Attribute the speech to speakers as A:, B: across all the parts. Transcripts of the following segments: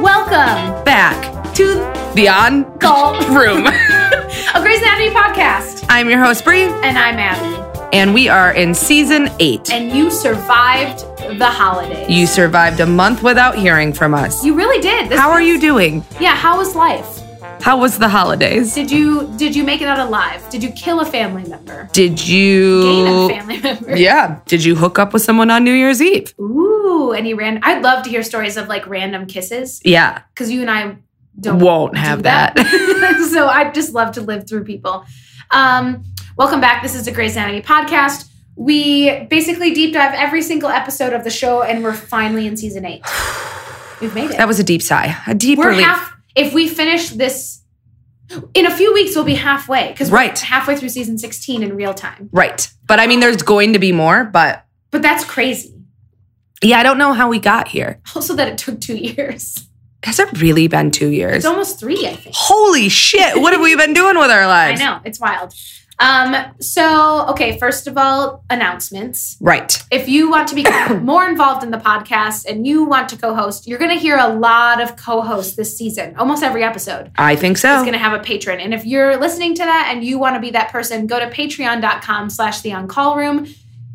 A: Welcome
B: back to the on
A: Gold.
B: room.
A: a Grey's Anatomy podcast,
B: I'm your host Bree,
A: and I'm Abby.
B: and we are in season eight.
A: And you survived the holidays.
B: You survived a month without hearing from us.
A: You really did. This
B: How are
A: was-
B: you doing?
A: Yeah. How was life?
B: How was the holidays?
A: Did you did you make it out alive? Did you kill a family member?
B: Did
A: Gain a
B: you?
A: family member?
B: Yeah. Did you hook up with someone on New Year's Eve?
A: Ooh, any random? I'd love to hear stories of like random kisses
B: Yeah.
A: because you and I don't
B: Won't
A: do
B: have
A: so I just love to live through people. Um, welcome back. This is the Grey's Anatomy podcast. We basically deep dive every single episode of the show, and we're finally in season eight. We've made it.
B: That was a deep sigh. A deep
A: We're
B: relief.
A: half. If we finish this in a few weeks, we'll be halfway because
B: Right.
A: we're halfway through season sixteen in real time.
B: right. But I mean, there's going to be more. But
A: But that's crazy.
B: yeah, I don't know how we got here.
A: Also, that it took two years.
B: Has it really been two years?
A: It's almost three, I think.
B: Holy shit! What have we been doing with our
A: I
B: lives?
A: know it's wild. Um, so, okay, first of all, announcements.
B: Right.
A: If you want to become more involved in the podcast and you want to co host, you're going to hear a lot of co hosts this season. Almost every episode
B: I think
A: is
B: so.
A: going to have a patron. And if you're listening to that and you want to be that person, go to patreon.com slash the on call room.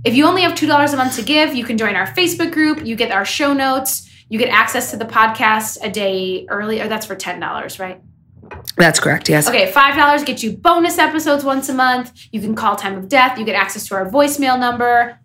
A: If you only have $2 a month to give, you can join our Facebook group. You get our show notes. You get access to the podcast a day early, or that's for $10, right?
B: That's correct. Yes.
A: Okay, five dollars gets you bonus episodes once a month. You can call time of death. You get access to our voicemail number,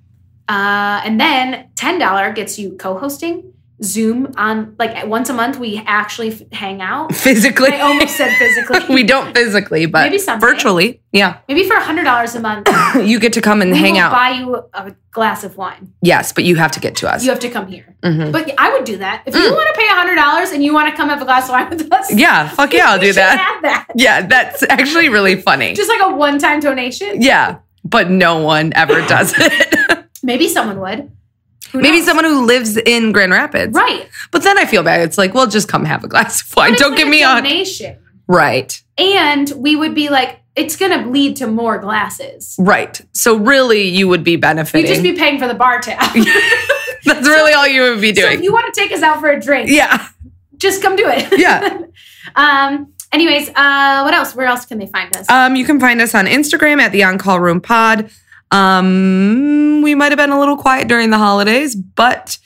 A: uh, and then ten dollar gets you co-hosting Zoom on like once a month. We actually f- hang out.
B: Physically.
A: I almost said physically.
B: we don't physically, but
A: Maybe someday.
B: virtually. Yeah.
A: Maybe for hundred dollars a month,
B: You get to come and
A: we
B: hang
A: will
B: out.
A: Buy you a glass of wine.
B: yes, but you have to get to us.
A: You have to come here.
B: Mhm.
A: But I would do that if you want to pay hundred dollars and you want to come have a glass of wine with us.
B: Mm. yeah. Fuck yeah, I'll
A: you
B: do
A: should
B: that.
A: Add that.
B: Yeah, that's actually really funny.
A: Just like a one-time donation.
B: yeah. But no one ever does it.
A: Maybe someone would. Who
B: Maybe
A: knows?
B: someone who lives in Grand Rapids.
A: Right.
B: But then I feel bad. It's like, well, just come have a glass of wine.
A: But it's
B: Don't
A: like
B: give
A: a
B: me a
A: donation.
B: Right.
A: And we would be like, it's going to lead to more glasses.
B: Right. So really you would be
A: You'd
B: benefiting.
A: just be paying for the bar tab.
B: that's really all you would be
A: so if
B: doing.
A: you want to take us out for a drink,
B: yeah.
A: just come do it.
B: Yeah.
A: um. Anyways, uh, what else? Where else can they find us?
B: Um, you can find us on Instagram at the On Call Room Pod. Um, we might have been a little quiet during the holidays, but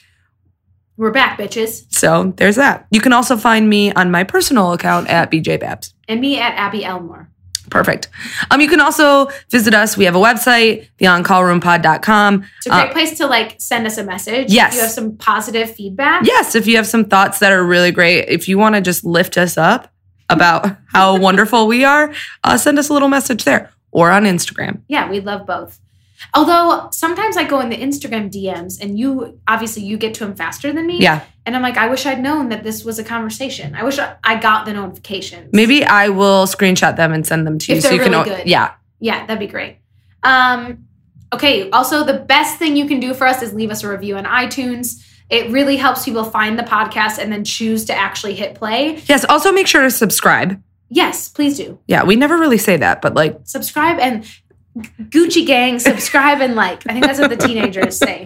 A: We're back, bitches.
B: so there's that. You can also find me on my personal account at BJ Babs.
A: And me at Abby Elmore.
B: Perfect. Um, you can also visit us. We have a website, theoncallroompod.com.
A: It's a great
B: Uh,
A: place to like send us a message.
B: Yes.
A: If you have some positive feedback.
B: Yes, if you have some thoughts that are really great, if you want to just lift us up about how wonderful we are, uh, send us a little message there or on Instagram.
A: Yeah, we love both. Although sometimes I go in the Instagram DMs and you obviously you get to them faster than me.
B: Yeah.
A: And I'm like, I wish I'd known that this was a conversation. I wish I I got the notifications.
B: Maybe I will screenshot them and send them to you
A: If
B: so you
A: they're
B: can.
A: really
B: o-
A: good.
B: Yeah.
A: Yeah, that'd be great. Um, okay. Also, the best thing you can do for us is leave us a review on iTunes. It really helps people find the podcast and then choose to actually hit play.
B: Yes. Also, make sure to subscribe.
A: Yes, please do
B: Yeah, we never really say that, but like,
A: subscribe and Gucci gang subscribe and like. I think that's what the teenagers say.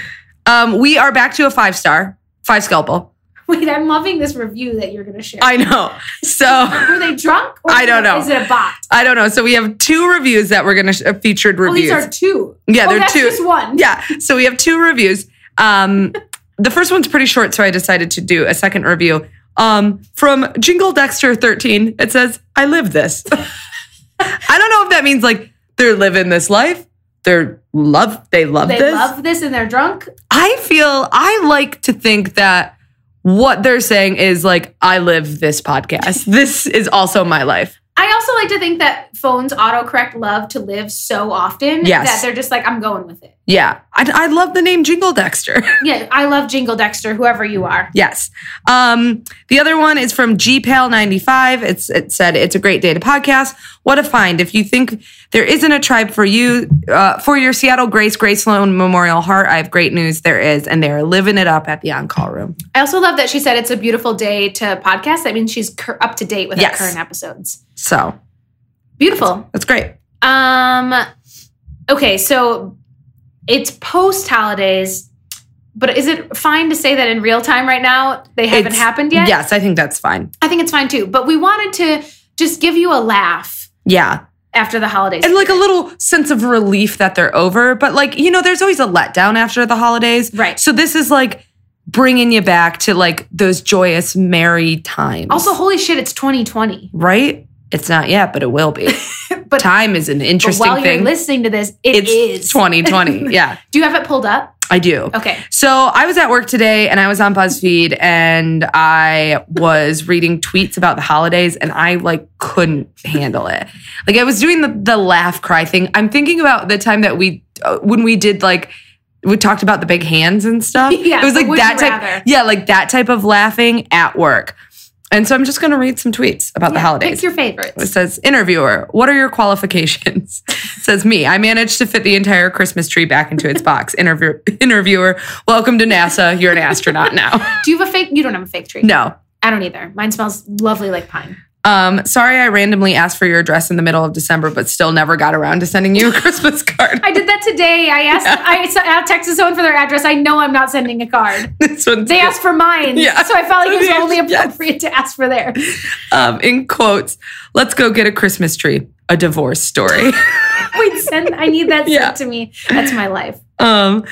B: um, we are back to a five star, five scalpel.
A: Wait, I'm loving this review that you're gonna share.
B: I know. So
A: Were they drunk? Or
B: I don't know.
A: Is it a bot?
B: I don't know. So we have two reviews that we're gonna sh- uh, featured
A: Oh,
B: reviews.
A: these are two.
B: yeah,
A: oh,
B: they're
A: that's
B: two.
A: Just one.
B: yeah, so we have two reviews. Um, the first one's pretty short, so I decided to do a second review. Um, from Jingle Dexter thirteen, it says, "I live this." I don't know if that means like they're living this life. They're love. They love
A: They
B: this.
A: love this and they're drunk.
B: I feel I like to think that what they're saying is like, I live this podcast. this is also my life.
A: I also like to think that phones autocorrect love to live so often
B: Yes.
A: that they're just like, I'm going with it.
B: Yeah. I, I love the name Jingle Dexter.
A: Yeah, I love Jingle Dexter, whoever you are.
B: yes. Um, the other one is from GPAL95. It's it said it's a great day to podcast. What a find. If you think there isn't a tribe for you, uh, for your Seattle Grace Grace Sloan Memorial Heart, I have great news. There is, and they are living it up at the on call room.
A: I also love that she said it's a beautiful day to podcast. That means she's cur- up to date with
B: Yes.
A: our current episodes.
B: So
A: Beautiful.
B: that's great.
A: Um, okay, so it's post holidays. But is it fine to say that in real time right now they haven't
B: It's-
A: happened yet?
B: Yes, I think that's fine.
A: I think it's fine too. But we wanted to just give you a laugh
B: Yeah.
A: after the holidays.
B: And like a little sense of relief that they're over. But like, you know, there's always a letdown after the holidays.
A: Right.
B: So this is like bringing you back to like those joyous, merry times.
A: also, holy shit, it's 2020.
B: right? It's not yet, but it will be.
A: But-
B: time is an
A: But
B: interesting
A: while
B: thing.
A: you're listening to this, it
B: it's
A: is.
B: 2020. yeah,
A: Do you have it pulled up?
B: I do.
A: Okay.
B: So I was at work today and I was on BuzzFeed and I was reading tweets about the holidays and I like couldn't handle it. Like I was doing the, the laugh cry thing. I'm thinking about the time that we uh, when we did like we talked about the big hands and stuff.
A: Yeah,
B: it was
A: the
B: like
A: would
B: that
A: you
B: type.
A: rather.
B: Yeah, like that type of laughing at work. And so I'm just gonna read some tweets about
A: Yeah,
B: the holidays.
A: Pick your favorites.
B: It says, interviewer, what are your qualifications? It says me. I managed to fit the entire Christmas tree back into its box. Interview- interviewer, welcome to NASA. You're an astronaut now.
A: Do you have a fake? You don't have a fake tree.
B: no.
A: I don't either. Mine smells lovely like pine.
B: Um, sorry I randomly asked for your address in the middle of December, but still never got around to sending you a Christmas card.
A: I did that today. I asked. I s- I texted someone for their address. I know I'm not sending a card.
B: this one's
A: They asked for mine,
B: Yeah.
A: so I felt like it was
B: Yes.
A: only appropriate to ask for theirs.
B: um, in quotes, let's go get a Christmas tree. A divorce story.
A: Wait, send. I need that sent
B: Yeah.
A: to me. That's my life.
B: Um,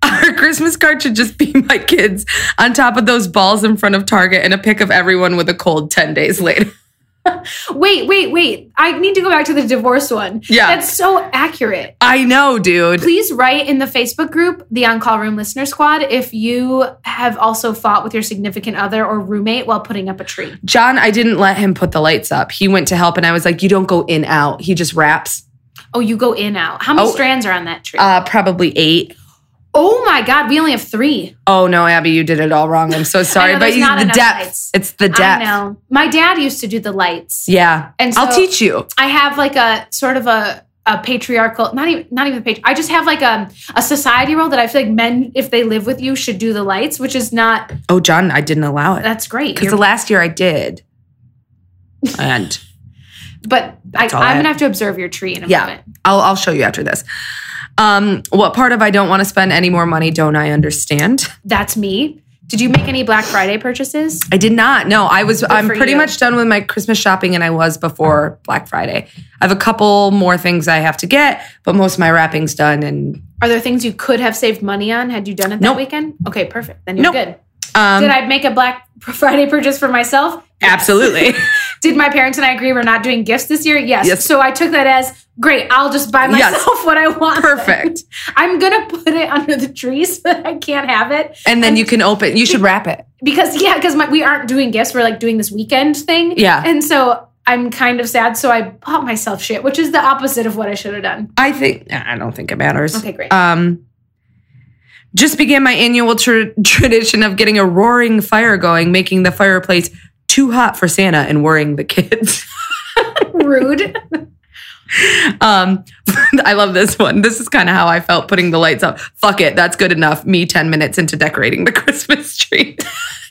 B: our Christmas card should just be my kids on top of those balls in front of Target and a pic of everyone with a cold 10 days later.
A: Wait, wait, wait. I need to go back to the divorce one.
B: Yeah.
A: that's so accurate.
B: I know, dude.
A: Please write in the Facebook group, the On Call Room Listener Squad, if you have also fought with your significant other or roommate while putting up a tree.
B: John, I didn't let him put the lights up. He went to help and I was like, you don't go in out. He just wraps.
A: Oh, you go in out. How many
B: Oh.
A: strands are on that tree?
B: Uh probably eight.
A: oh my God, we only have three.
B: Oh no, Abby, you did it all wrong. I'm so sorry.
A: know,
B: but
A: there's
B: you,
A: not
B: the
A: enough
B: depth.
A: lights.
B: It's the depth.
A: I know. My dad used to do the lights.
B: Yeah.
A: And
B: I'll
A: so-
B: teach you.
A: I have like a sort of a a patriarchal, not even not even the patri. I just have like a a society role that I feel like men, if they live with you, should do the lights, which is not.
B: Oh, John, I didn't allow it.
A: That's great.
B: Because the
A: You're-
B: last year I did. And
A: but I,
B: all I
A: I'm
B: have.
A: gonna have to observe your tree in a
B: Yeah.
A: moment.
B: I'll I'll show you after this. Um, what part of I don't want to spend any more money don't I understand?
A: That's me. Did you make any Black Friday purchases?
B: I did not. No, I was. I'm
A: for
B: pretty
A: you.
B: much done with my Christmas shopping, and I was before Black Friday. I have a couple more things I have to get, but most of my wrapping's done. And
A: Are there things you could have saved money on had you done it that
B: Nope.
A: weekend? Okay, perfect. Then you're
B: Nope.
A: good.
B: um,
A: Did I make a Black Friday purchase for myself?
B: absolutely,
A: did my parents and I agree we're not doing gifts this year? Yes.
B: Yes.
A: So I took that as great. I'll just buy
B: Yes.
A: myself what I want.
B: perfect.
A: I'm gonna put it under the tree so that I can't have it
B: And then you can open. You should wrap it.
A: because yeah, because we aren't doing gifts. We're like doing this weekend thing.
B: Yeah.
A: And so I'm kind of sad. So I bought myself shit, which is the opposite of what I should have done.
B: I think. nah, I don't think it matters.
A: Okay, great.
B: Um, just began my annual tr- tradition of getting a roaring fire going, making the fireplace too hot for Santa and worrying the kids.
A: Rude.
B: Um, I love this one. This is kind of how I felt putting the lights up. Fuck it, that's good enough. Me 10 minutes into decorating the Christmas tree.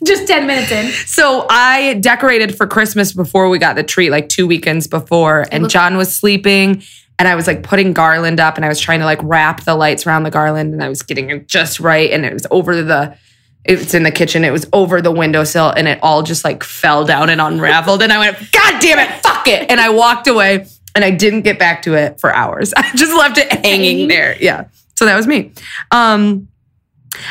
A: Just ten minutes in.
B: so I decorated for Christmas before we got the tree, like two weekends before, and
A: look-
B: John was sleeping. And I was like putting garland up and I was trying to like wrap the lights around the garland and I was getting it just right. And it was over the, it's in the kitchen, it was over the windowsill and it all just like fell down and unraveled. And I went, God damn it, fuck it. And I walked away and I didn't get back to it for hours. I just left it hanging
A: Hanging.
B: there. Yeah. So that was me. Um,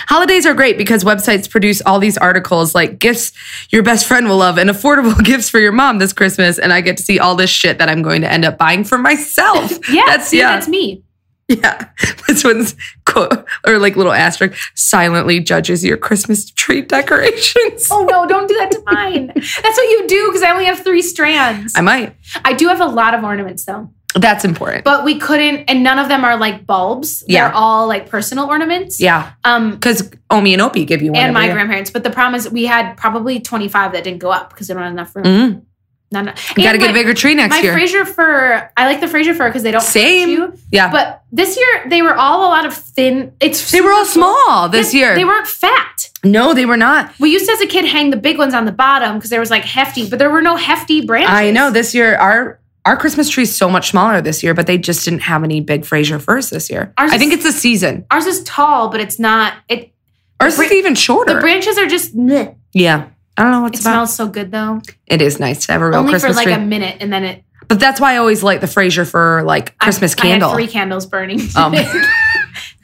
B: Holidays are great because websites produce all these articles like gifts your best friend will love and affordable gifts for your mom this Christmas. And I get to see all this shit that I'm going to end up buying for myself.
A: Yeah.
B: That's,
A: see,
B: yeah.
A: That's me.
B: yeah. This one's quote or like little asterisk silently judges your Christmas tree decorations.
A: Oh no! Don't do that to mine. That's what you do because I only have three strands.
B: I might.
A: I do have a lot of ornaments though.
B: That's important.
A: but we couldn't and none of them are like bulbs
B: Yeah.
A: they're all like personal ornaments
B: yeah.
A: um
B: Because Omi and Opie give you one.
A: and
B: every
A: my
B: year.
A: grandparents but the problem is we had probably 25 that didn't go up because they don't have enough room
B: Mm.
A: Not enough.
B: You got to
A: And
B: get a
A: my-
B: bigger tree next
A: my
B: year.
A: Fraser fir, I like the Fraser fir because they don't hurt
B: Same.
A: you.
B: yeah.
A: But this year they were all a lot of thin. It's
B: they were all
A: super cool.
B: small this
A: They-
B: year.
A: They weren't fat.
B: no, they were not.
A: We used to as a kid hang the big ones on the bottom because there was like hefty, but there were no hefty branches.
B: I know this year our our Christmas tree's so much smaller this year, but they just didn't have any big Fraser firs this year.
A: Ours
B: I think
A: is-
B: it's the season.
A: Ours is tall, but it's not. It
B: Ours is
A: bran-
B: even shorter.
A: The branches are just. bleh.
B: yeah. I don't know what
A: It
B: it's about.
A: smells so good though.
B: It is nice to have a real
A: Only
B: Christmas
A: for like
B: tree.
A: a minute, and then it.
B: but that's why I always light the Fraser for like
A: I-
B: Christmas
A: I had
B: candle.
A: three candles burning.
B: Um.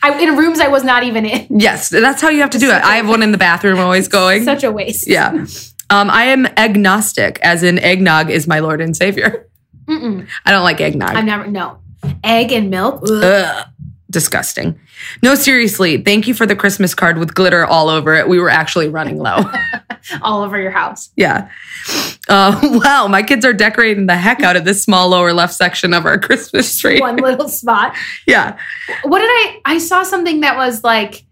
A: I, in rooms I was not even in.
B: yes, that's how you have to do it. I have one in the bathroom always going.
A: Such a waste.
B: yeah. Um, I am agnostic, as in eggnog is my Lord and Savior.
A: Mm-mm.
B: I don't like eggnog.
A: I'm never no egg and milk. ugh.
B: Ugh, disgusting. No, seriously, thank you for the Christmas card with glitter all over it. We were actually running low.
A: all over your house.
B: yeah. Uh, wow, my kids are decorating the heck out of this small lower left section of our Christmas tree.
A: One little spot.
B: Yeah.
A: What did I? I saw something that was like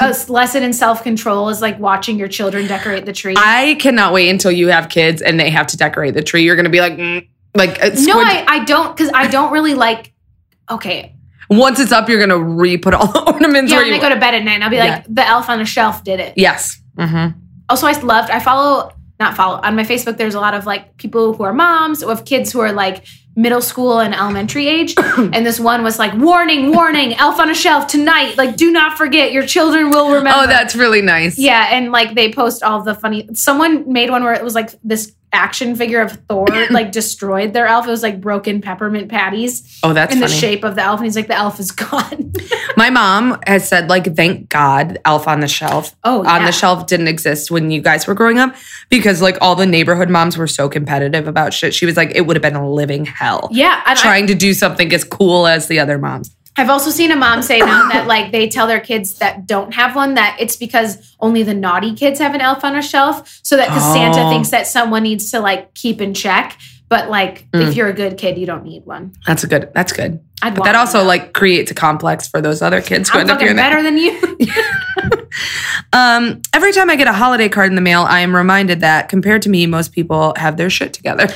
A: a lesson in self control is like watching your children decorate the tree.
B: I cannot wait until you have kids and they have to decorate the tree. You're going to be like, mm, like, it's
A: no, I, I don't because I don't really like. Okay,
B: once it's up, you're going to re put all the ornaments
A: yeah.
B: where
A: When I
B: you
A: go to bed at night, and I'll be like,
B: Yeah.
A: the elf on the shelf did it.
B: Yes. hmm
A: Also, I loved. I follow not follow on my Facebook. There's a lot of like people who are moms who have kids who are like middle school and elementary age. and this one was like, warning, warning, elf on a shelf tonight. Like, do not forget. Your children will remember.
B: Oh, that's really nice.
A: Yeah, and like they post all the funny. Someone made one where it was like this action figure of Thor like destroyed their elf. It was like broken peppermint patties
B: Oh, that's
A: in
B: funny.
A: the shape of the elf, and he's like, the elf is gone.
B: My mom has said, like, thank God Elf on the Shelf
A: oh,
B: on
A: yeah.
B: the shelf didn't exist when you guys were growing up because like all the neighborhood moms were so competitive about shit. She was like, it would have been a living hell
A: Yeah, and I,
B: trying to do something as cool as the other moms.
A: I've also seen a mom say now that like they tell their kids that don't have one that it's because only the naughty kids have an elf on a shelf, so that because Santa
B: Oh.
A: thinks that someone needs to like keep in check, but like
B: Mm.
A: if you're a good kid, you don't need one.
B: That's a good. That's good.
A: I'd
B: But
A: want
B: that
A: one,
B: also
A: though.
B: like creates a complex for those other kids who
A: I'm
B: end up
A: fucking
B: doing that.
A: better than you.
B: Um, every time I get a holiday card in the mail, I am reminded that compared to me, most people have their shit together.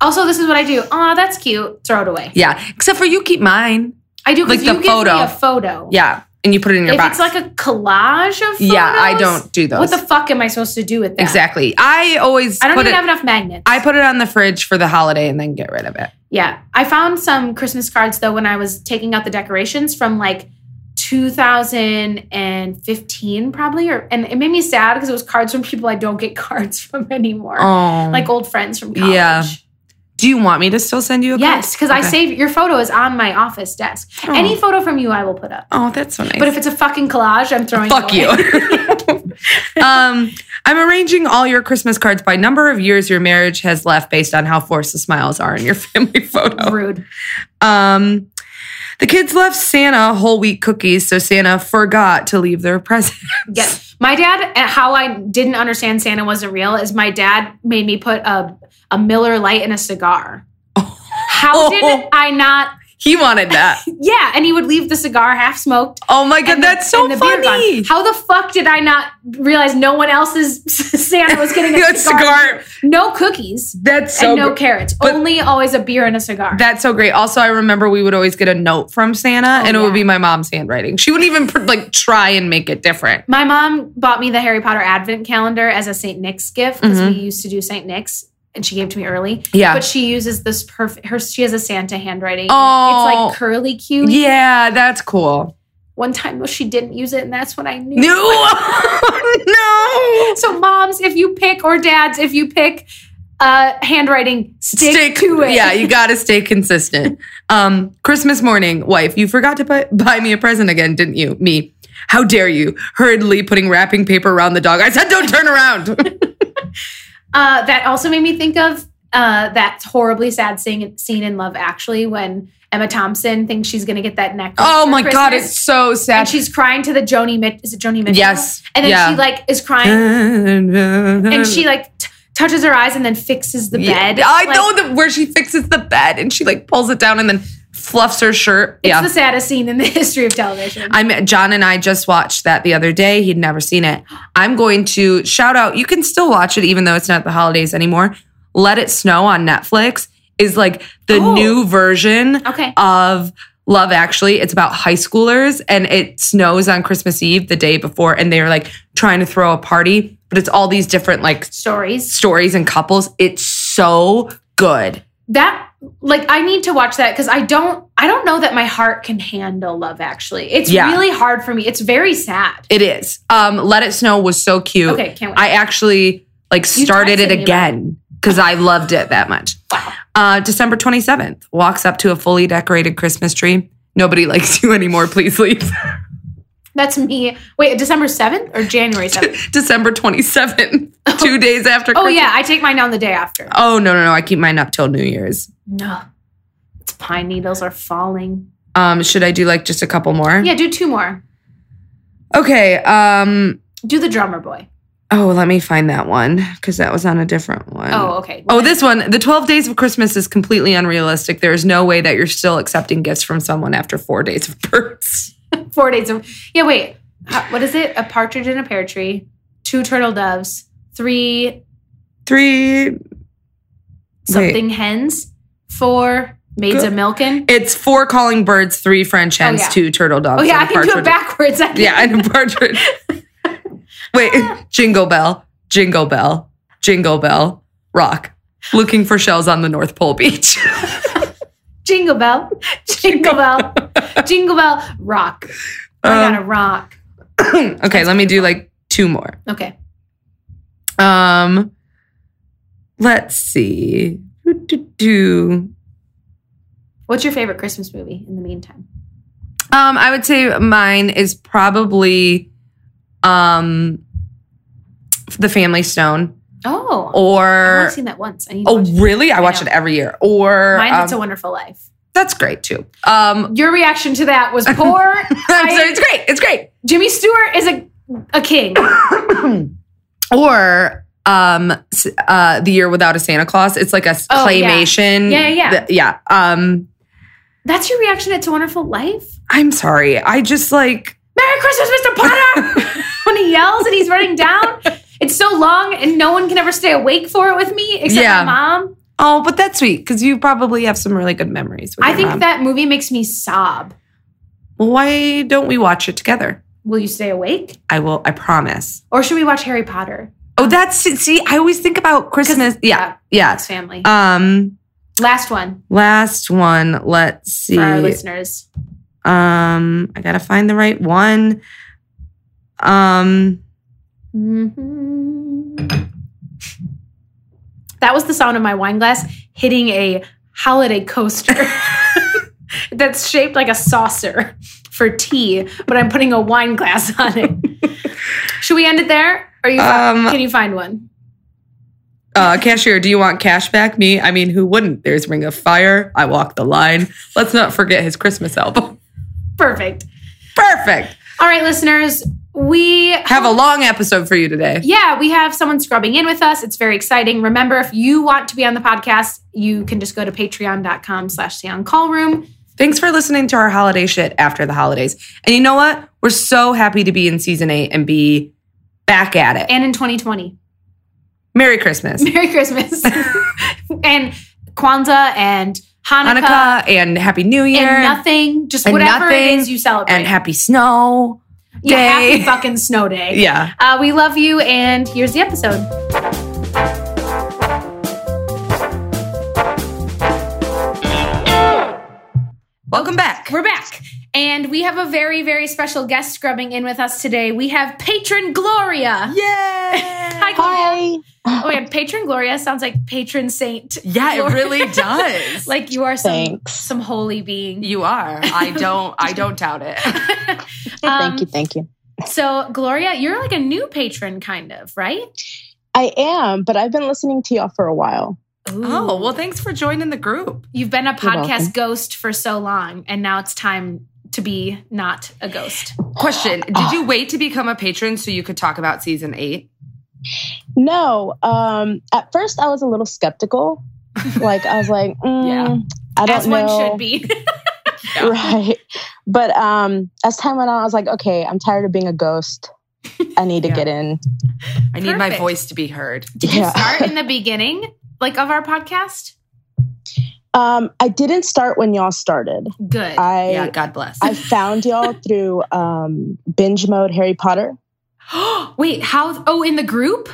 A: also, this is what I do. Oh, that's cute. Throw it away.
B: yeah, except for you keep mine.
A: I do because
B: Like
A: you
B: the
A: give
B: photo.
A: me a photo.
B: Yeah, and you put it in your
A: If
B: box.
A: it's like a collage of photos,
B: yeah, I don't do those.
A: What the fuck am I supposed to do with that?
B: exactly. I always.
A: I don't
B: put
A: even
B: it,
A: have enough magnets.
B: I put it on the fridge for the holiday and then get rid of it.
A: yeah, I found some Christmas cards though when I was taking out the decorations from like 2015 probably, or and it made me sad because it was cards from people I don't get cards from anymore,
B: Oh.
A: like old friends from college.
B: Yeah. do you want me to still send you a
A: Yes, because I
B: Okay.
A: save your photo is on my office desk.
B: Oh.
A: Any photo from you, I will put up.
B: card? Oh, that's so nice.
A: But if it's a fucking collage, I'm throwing. it
B: Fuck you.
A: away.
B: um, I'm arranging all your Christmas cards by number of years your marriage has left based on how forced the smiles are in your family photo.
A: Rude.
B: Um, the kids left Santa whole wheat cookies, so Santa forgot to leave their presents.
A: Yes. My dad, uh, how I didn't understand Santa wasn't real is my dad made me put a, a Miller Light and a cigar. How did
B: Oh.
A: I not?
B: He wanted that.
A: Yeah. And he would leave the cigar half smoked.
B: Oh my god,
A: and the-
B: that's so
A: and the beer gone.
B: funny.
A: How the fuck did I not realize no one else's Santa was getting a
B: That
A: cigar?
B: cigar.
A: No cookies
B: That's so
A: and no
B: gr-
A: carrots.
B: but-
A: Only always a beer and a cigar.
B: That's so great. Also, I remember we would always get a note from Santa, and it
A: Oh, yeah.
B: would be my mom's handwriting. She wouldn't even pr- like try and make it different.
A: my mom bought me the Harry Potter Advent calendar as a St. Nick's gift because
B: Mhm.
A: we used to do St. Nick's and she gave it to me early.
B: Yeah.
A: But she uses this perfect. Her she has a Santa handwriting.
B: Oh.
A: it's like curly cute.
B: yeah, that's cool.
A: One time though, she didn't use it, and that's when I knew.
B: No, no.
A: So moms, if you pick, or dads, if you pick, uh, handwriting, stick, to it.
B: Yeah, you gotta stay consistent. um, Christmas morning, wife, you forgot to buy, buy me a present again, didn't you? Me. How dare you? Hurriedly putting wrapping paper around the dog. I said, don't turn around.
A: Uh, that also made me think of uh, that horribly sad scene, scene in Love Actually when Emma Thompson thinks she's going to get that necklace.
B: oh
A: for
B: my God,
A: Christmas.
B: it's so sad.
A: and she's crying to the Joni Mitchell. Is it Joni Mitchell?
B: Yes.
A: And then
B: Yeah.
A: she like is crying,
B: and
A: and she like t- touches her eyes, and then fixes the
B: Yeah,
A: bed.
B: I
A: Like,
B: know that where she fixes the bed and she like pulls it down and then fluffs her shirt.
A: It's
B: yeah.
A: the saddest scene in the history of television.
B: I'm John and I just watched that the other day. He'd never seen it. I'm going to shout out. You can still watch it even though it's not the holidays anymore. Let It Snow on Netflix is like the
A: Oh.
B: new version
A: okay.
B: of Love Actually. It's about high schoolers and it snows on Christmas Eve the day before and they're like trying to throw a party, but it's all these different like
A: Stories
B: stories and couples. It's so good.
A: that like I need to watch that because I don't I don't know that my heart can handle love actually. It's
B: Yeah.
A: really hard for me. It's very sad.
B: It is. Um, Let It Snow was so cute.
A: Okay, can't wait.
B: I actually like
A: You
B: started
A: texted
B: it
A: me about
B: again because I loved it that much.
A: Wow.
B: Uh, December 27th, walks up to a fully decorated Christmas tree. Nobody likes you anymore. Please leave.
A: That's me. Wait, December 7th or January 7th?
B: December 27th, two days after
A: oh
B: Christmas.
A: yeah, I take mine on the day after.
B: Oh, no, no, no. I keep mine up till New Year's.
A: No. It's pine needles are falling.
B: Um, should I do like just a couple more?
A: Yeah, do two more.
B: Okay. Um,
A: Do the drummer boy.
B: oh, let me find that one because that was on a different one.
A: Oh, okay.
B: Oh, this one. The 12 days of Christmas is completely unrealistic. There is no way that you're still accepting gifts from someone after four days of births.
A: four days of yeah wait Uh, what is it a partridge in a pear tree two turtle doves three
B: Three.
A: something hens four maids
B: Go-
A: of milking
B: It's four calling birds, three French hens,
A: yeah.
B: two turtle doves.
A: oh yeah i
B: and a
A: can do it
B: partridge.
A: backwards I can-
B: Yeah, and a partridge. Wait,
A: Ah.
B: jingle bell, jingle bell, jingle bell, rock. Looking for shells on the North Pole Beach.
A: jingle bell jingle bell jingle bell rock
B: Um,
A: i gotta rock
B: okay, let me do like two more.
A: okay
B: Um, let's see. Do-do-do.
A: what's your favorite christmas movie in the meantime
B: Um, I would say mine is probably um the Family Stone
A: oh i've
B: or
A: only seen that once i need to
B: oh
A: watch it.
B: really? I watch
A: know.
B: it every year. Or
A: mine
B: um,
A: it's a wonderful life
B: that's great too. Um,
A: your reaction to that was poor
B: I'm sorry,
A: I-
B: it's great. It's great.
A: jimmy stewart is a a king
B: Or um s- uh the year without a Santa Claus. It's like a s-
A: Oh, yeah.
B: claymation.
A: Yeah, yeah, yeah.
B: Th- yeah. Um,
A: that's your reaction to it's a wonderful life
B: I'm sorry. I just like
A: Merry Christmas, Mr. Potter! when he yells and he's running down, it's so long and no one can ever stay awake for it with me except
B: Yeah.
A: my mom.
B: Oh, but that's sweet because you probably have some really good memories. With
A: I
B: your
A: think
B: mom.
A: that movie makes me sob.
B: Well, why don't we watch it together?
A: Will you stay awake?
B: I will. I promise.
A: Or should we watch Harry Potter?
B: Oh, that's see. I always think about Christmas. Yeah, yeah.
A: That's family.
B: Um,
A: Last one
B: last one. Let's
A: for our
B: see.
A: listeners.
B: Um, I gotta find the right one. Um,
A: Mhm. That was the sound of my wine glass hitting a holiday coaster that's shaped like a saucer for tea, but I'm putting a wine glass on it. Should we end it there? Are you
B: um,
A: Can you find one?
B: uh, cashier, do you want cash back? Me? I mean, who wouldn't? There's Ring of Fire. I walk the line. Let's not forget his Christmas album.
A: Perfect.
B: Perfect.
A: All right, listeners, we
B: Have a long episode for you today.
A: yeah, we have someone scrubbing in with us. It's very exciting. Remember, if you want to be on the podcast, you can just go to patreon.com slash the on call room.
B: Thanks for listening to our holiday shit after the holidays. And you know what? We're so happy to be in season eight and be back at it.
A: And in 2020.
B: Merry Christmas,
A: Merry Christmas. and Kwanzaa and Hanukkah,
B: Hanukkah, and Happy New Year,
A: and nothing. Just
B: And
A: whatever
B: nothing.
A: it is you celebrate.
B: and Happy Snow.
A: yeah,
B: Day.
A: happy fucking snow day.
B: Yeah.
A: Uh, we love you, and here's the episode.
B: Welcome back.
A: We're back. And we have a very, very special guest scrubbing in with us today. We have patron Gloria.
B: Yay!
A: Hi, Gloria.
C: Hi.
A: Oh, yeah. Patron Gloria sounds like patron saint.
B: Yeah, it
A: Gloria.
B: really does. like
A: Like you are some,
C: Thanks.
A: some holy being.
B: you are. I don't. I don't doubt it.
A: Um,
C: thank you. Thank you.
A: So, Gloria, you're like a new patron, kind of, right?
C: I am, but I've been listening to y'all for a while.
A: Ooh.
B: Oh well, thanks for joining the group.
A: You've been a
C: welcome.
A: podcast ghost for so long, and now it's time to be not a ghost.
B: Question: Did you wait to become a patron so you could talk about season eight?
C: No, um, at first I was a little skeptical. Like I was like, mm,
B: Yeah.
C: I don't
A: As
C: know.
A: one should be.
B: Yeah.
C: Right. But um, as time went on, I was like, okay, I'm tired of being a ghost. I need to
B: Yeah.
C: get in.
B: I need my
A: Perfect.
B: voice to be heard.
A: Did you
C: Yeah.
A: start in the beginning, like of our podcast?
C: Um, I didn't start when y'all started.
A: Good.
C: I
B: yeah. God bless.
C: I found y'all through um, binge mode Harry Potter.
A: Wait, how? Oh, in the group?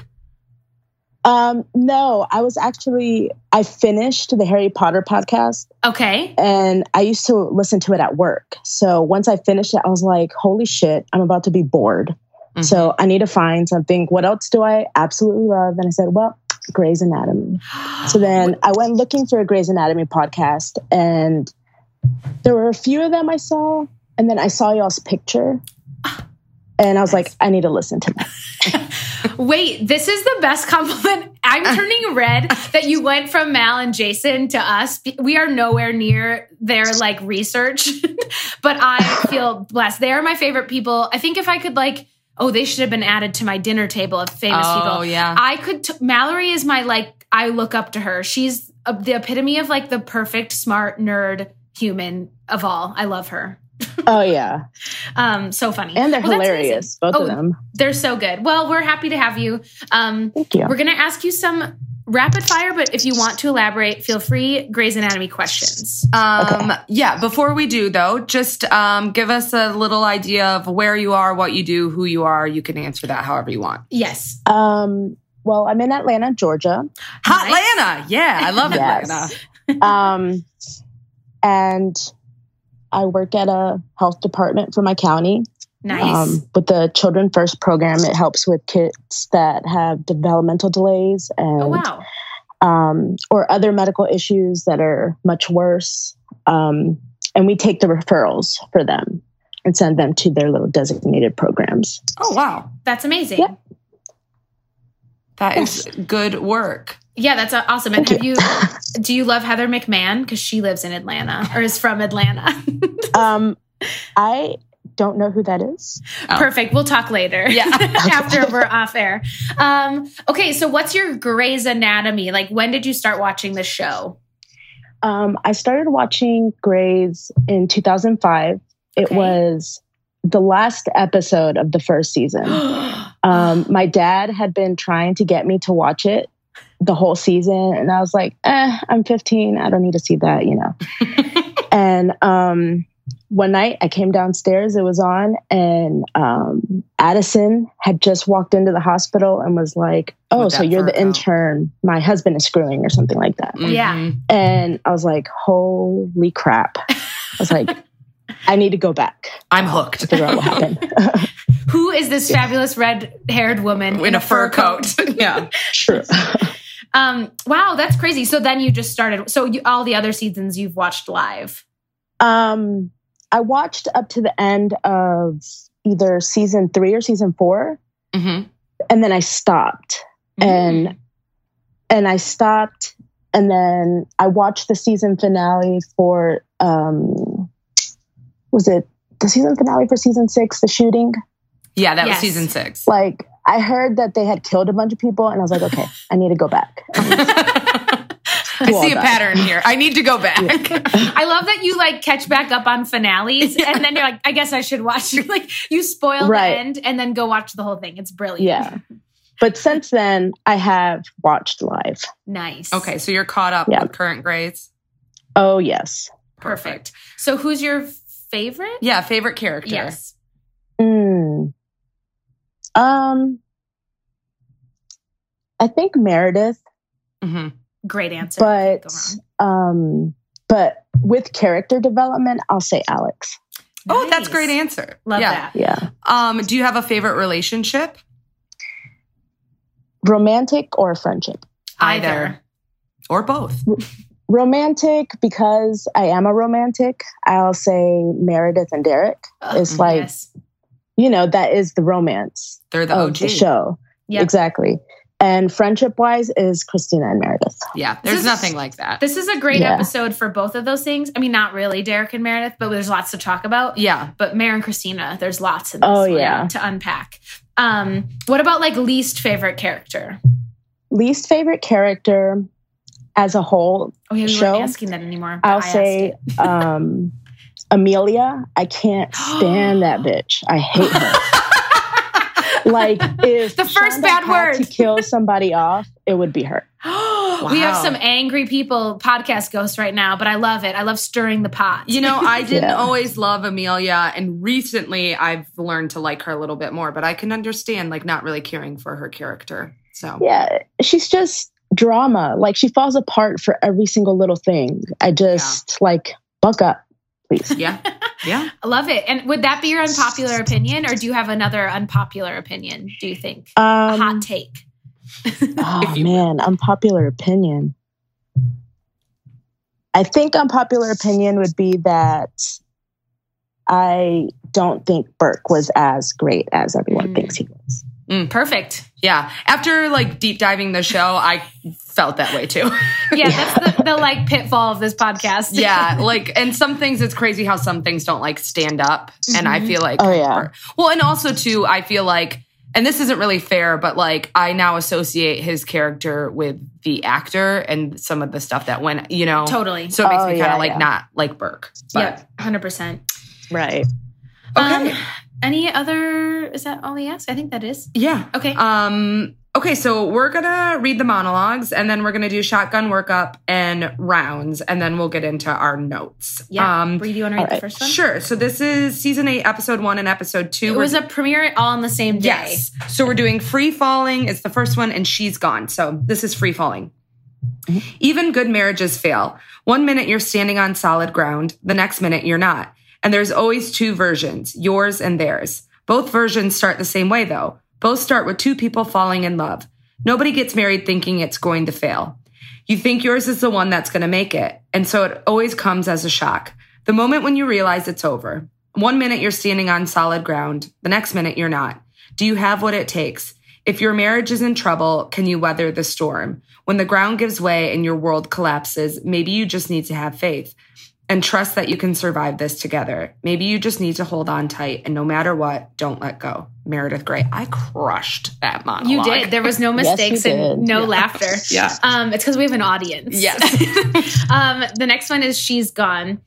C: Um, no, I was actually I finished the Harry Potter podcast
A: Okay.
C: and I used to listen to it at work. So once I finished it, I was like, holy shit, I'm about to be bored.
A: Mm-hmm.
B: Mhm.
C: So I need to find something. What else do I absolutely love? And I said, well, Grey's Anatomy.
A: Oh,
C: So then I went looking for a Grey's Anatomy podcast, and there were a few of them I saw. And then I saw y'all's picture, and I was like, I need to listen to that.
A: Wait, this is the best compliment.
C: Uh.
A: I'm turning red that you went from Mal and Jason to us. We are nowhere near their like research, but I feel blessed. They are my favorite people. I think if I could like, oh, they should have been added to my dinner table of famous people.
B: Oh yeah.
A: I could. T- Mallory is my like. I look up to her. She's uh the epitome of like the perfect smart nerd human of all. I love her.
C: Oh yeah,
A: Um, so funny
C: and they're
A: Well, that's amazing.
C: hilarious, both
A: Oh.
C: of them.
A: They're so good. Well, we're happy to have you. Um,
C: Thank you.
A: we're gonna ask you some rapid fire, but if you want to elaborate, feel free. Grey's Anatomy questions.
B: Um, Yeah. Before we do, though, just um, give us a little idea of where you are, what you do, who you are. You can answer that however you want.
A: Yes.
C: Um, well, I'm in Atlanta, Georgia,
B: Hot
A: Nice.
B: Atlanta. Yeah, I love
C: Yes.
B: Atlanta.
C: um, and I work at a health department for my county.
A: Nice.
C: Um, with the Children First program, it helps with kids that have developmental delays and
A: oh wow.
C: um, or other medical issues that are much worse. Um, and we take the referrals for them and send them to their little designated programs.
B: Oh wow,
A: That's amazing.
C: Yep.
B: that is good work.
A: Yeah, that's uh, awesome. And
C: Thank
A: have you do you love Heather McMahon because she lives in Atlanta or is from Atlanta?
C: Um, I don't know who that is.
B: Oh.
A: Perfect. We'll talk later.
B: Yeah.
A: After we're off air. Um, okay, so what's your Grey's Anatomy? Like when did you start watching the show?
C: Um, I started watching Grey's in 2005. It
A: Okay.
C: was the last episode of the first season. Um, my dad had been trying to get me to watch it the whole season, and I was like, eh, I'm 15. I don't need to see that, you know. and um, one night I came downstairs, it was on, and um, Addison had just walked into the hospital and was like, Oh,
B: With
C: so
B: that
C: you're the
B: fur coat.
C: intern. My husband is screwing, or something like that.
A: Yeah.
B: Mhm.
C: And I was like, Holy crap. I was like, I need to go back
B: I'm
C: to
B: hooked
C: figure out what happened.
A: Who is this fabulous red-haired woman
B: in a fur coat. yeah.
C: True.
A: Um, wow, that's crazy. So then you just started. So you, all the other seasons you've watched live.
C: Um, I watched up to the end of either season three or season four,
B: Mm-hmm.
C: and then I stopped.
A: Mm.
C: And and I stopped, and then I watched the season finale for um, was it the season finale for season six, the shooting?
B: yeah, that
A: Yes.
B: was season six.
C: Like I heard that they had killed a bunch of people, and I was like, okay, I need to go back.
B: I
C: Well
B: see a
C: done.
B: pattern here. I need to go back.
A: I love that you like catch back up on finales and then you're like, I guess I should watch. like you spoil
C: Right.
A: the end and then go watch the whole thing. It's brilliant.
C: Yeah. But since then, I have watched live.
A: Nice.
B: Okay, so you're caught up
C: Yeah.
B: with current grades.
C: Oh yes.
A: Perfect. So who's your favorite?
B: Yeah, favorite character.
A: Yes.
C: Mm. Um, I think Meredith,
B: hmm
A: Great answer. Can't
C: but
A: go wrong.
C: um, but with character development, I'll say Alex.
B: Oh, that's a great
A: Nice.
B: answer.
A: Love
B: yeah.
A: that.
C: Yeah,
B: Um, do you have a favorite relationship?
C: romantic or friendship.
A: Either.
B: Or both.
C: Romantic because I am a romantic. I'll say Meredith and Derek.
A: Ugh,
C: It's like-
A: Uh, mm, yes. Oh,
C: You know that is the romance
B: They're the
C: of
B: OG.
C: the show.
A: Yep.
C: Exactly. And friendship wise is Christina and Meredith.
B: Yeah,
A: This
B: there's
A: is-
B: nothing like that.
A: This is a great
C: Yeah.
A: episode for both of those things. I mean, not really Derek and Meredith, but there's lots to talk about.
B: yeah.
A: But Mare and Christina, there's lots in this
C: Oh,
A: one
C: yeah.
A: to unpack. Um, what about like least favorite character?
C: Least favorite character as a whole
A: Oh yeah, we
C: Show?
A: weren't asking that anymore. but
C: I'll
A: I asked
C: say
A: it.
C: um, Amelia. I can't stand that bitch. I hate her. like if
A: The first
C: Shonda
A: bad
C: had
A: word.
C: to kill somebody off, it would be her.
A: We have
B: Wow.
A: some angry people podcast ghosts right now, but I love it. I love stirring the pot.
B: You know, I didn't
C: Yeah.
B: always love Amelia, and recently I've learned to like her a little bit more, but I can understand like not really caring for her character.
A: So
C: yeah, she's just drama. Like she falls apart for every single little thing. I just like buck up, please.
B: Yeah. Yeah.
A: I love it. And would that be your unpopular opinion, or do you have another unpopular opinion? Do you think a
C: Um,
A: hot take?
C: Oh man, unpopular opinion. I think unpopular opinion would be that I don't think Burke was as great as everyone
A: Mm.
C: thinks he was.
A: Perfect.
B: Yeah. After like deep diving the show, I felt that way too.
A: Yeah, that's the, the like pitfall of this podcast.
B: yeah. Like, and some things, it's crazy how some things don't like stand up. And I
A: Mhm.
B: feel like,
C: Oh, yeah.
B: or- well, and also too, I feel like, and this isn't really fair, but like, I now associate his character with the actor and some of the stuff that went, you know.
A: totally.
B: So it makes
C: Oh,
B: me kind of
C: yeah,
B: like
C: yeah.
B: not like Burke. But,
A: Yep, hundred percent.
C: Right.
B: Okay.
A: Um, any other? Is that all we asked? I think that is.
B: yeah.
A: Okay.
B: Um, okay, so we're gonna read the monologues and then we're gonna do shotgun workup and rounds, and then we'll get into our notes.
A: yeah.
B: Um
A: Bree, do you want to read
C: all
A: the
C: right.
A: first one?
B: sure. So this is season eight, episode one and episode two.
A: It
B: We're-
A: was a premiere all on the same day.
B: Yes. So we're doing Free Falling. It's the first one, and she's gone. So this is Free Falling. Even good marriages fail. One minute you're standing on solid ground, the next minute you're not. And there's always two versions yours and theirs. Both versions start the same way, though. Both start with two people falling in love. Nobody gets married thinking it's going to fail. You think yours is the one that's going to make it. And so it always comes as a shock. The moment when you realize it's over. One minute you're standing on solid ground, the next minute you're not. Do you have what it takes? If your marriage is in trouble, can you weather the storm? When the ground gives way and your world collapses, maybe you just need to have faith and trust that you can survive this together. Maybe you just need to hold on tight and no matter what, don't let go. Meredith Grey, I crushed that monologue.
A: You did. There was no
C: Yes, you
A: mistakes
C: did.
A: and no
B: Yeah.
A: laughter.
B: Yeah.
A: Um, it's because we have an audience.
B: Yes.
A: um, the next one is She's Gone.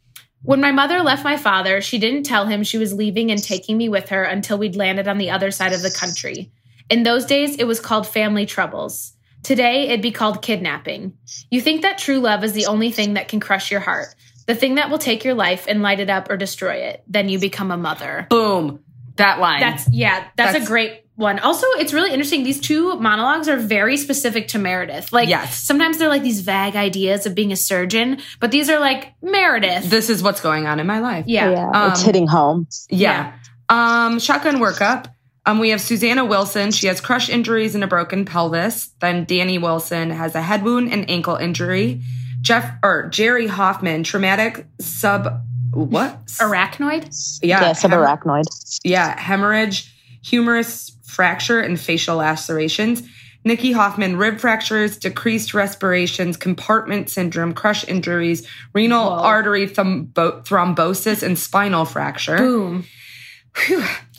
A: When my mother left my father, she didn't tell him she was leaving and taking me with her until we'd landed on the other side of the country. In those days, it was called family troubles. Today, it'd be called kidnapping. You think that true love is the only thing that can crush your heart, the thing that will take your life and light it up or destroy it. Then you become a mother.
B: Boom. That line.
A: That's yeah, that's,
B: That's-
A: a great one. Also, it's really interesting. These two monologues are very specific to Meredith. Like
B: Yes.
A: sometimes they're like these vague ideas of being a surgeon, but these are like Meredith.
B: this is what's going on in my life.
A: yeah.
C: yeah it's
B: Um,
C: hitting home.
B: Yeah. Um, shotgun workup. Um, we have Susanna Wilson. She has crush injuries and a broken pelvis. Then Danny Wilson has a head wound and ankle injury. Jeff or Jerry Hoffman, traumatic sub what?
A: Arachnoid.
B: yeah,
C: yes, of
B: hem-
C: arachnoid.
B: yeah, hemorrhage, humerus fracture, and facial lacerations. Nikki Hoffman, rib fractures, decreased respirations, compartment syndrome, crush injuries, renal
A: Whoa.
B: artery thrombo- thrombosis, and spinal fracture.
A: Boom.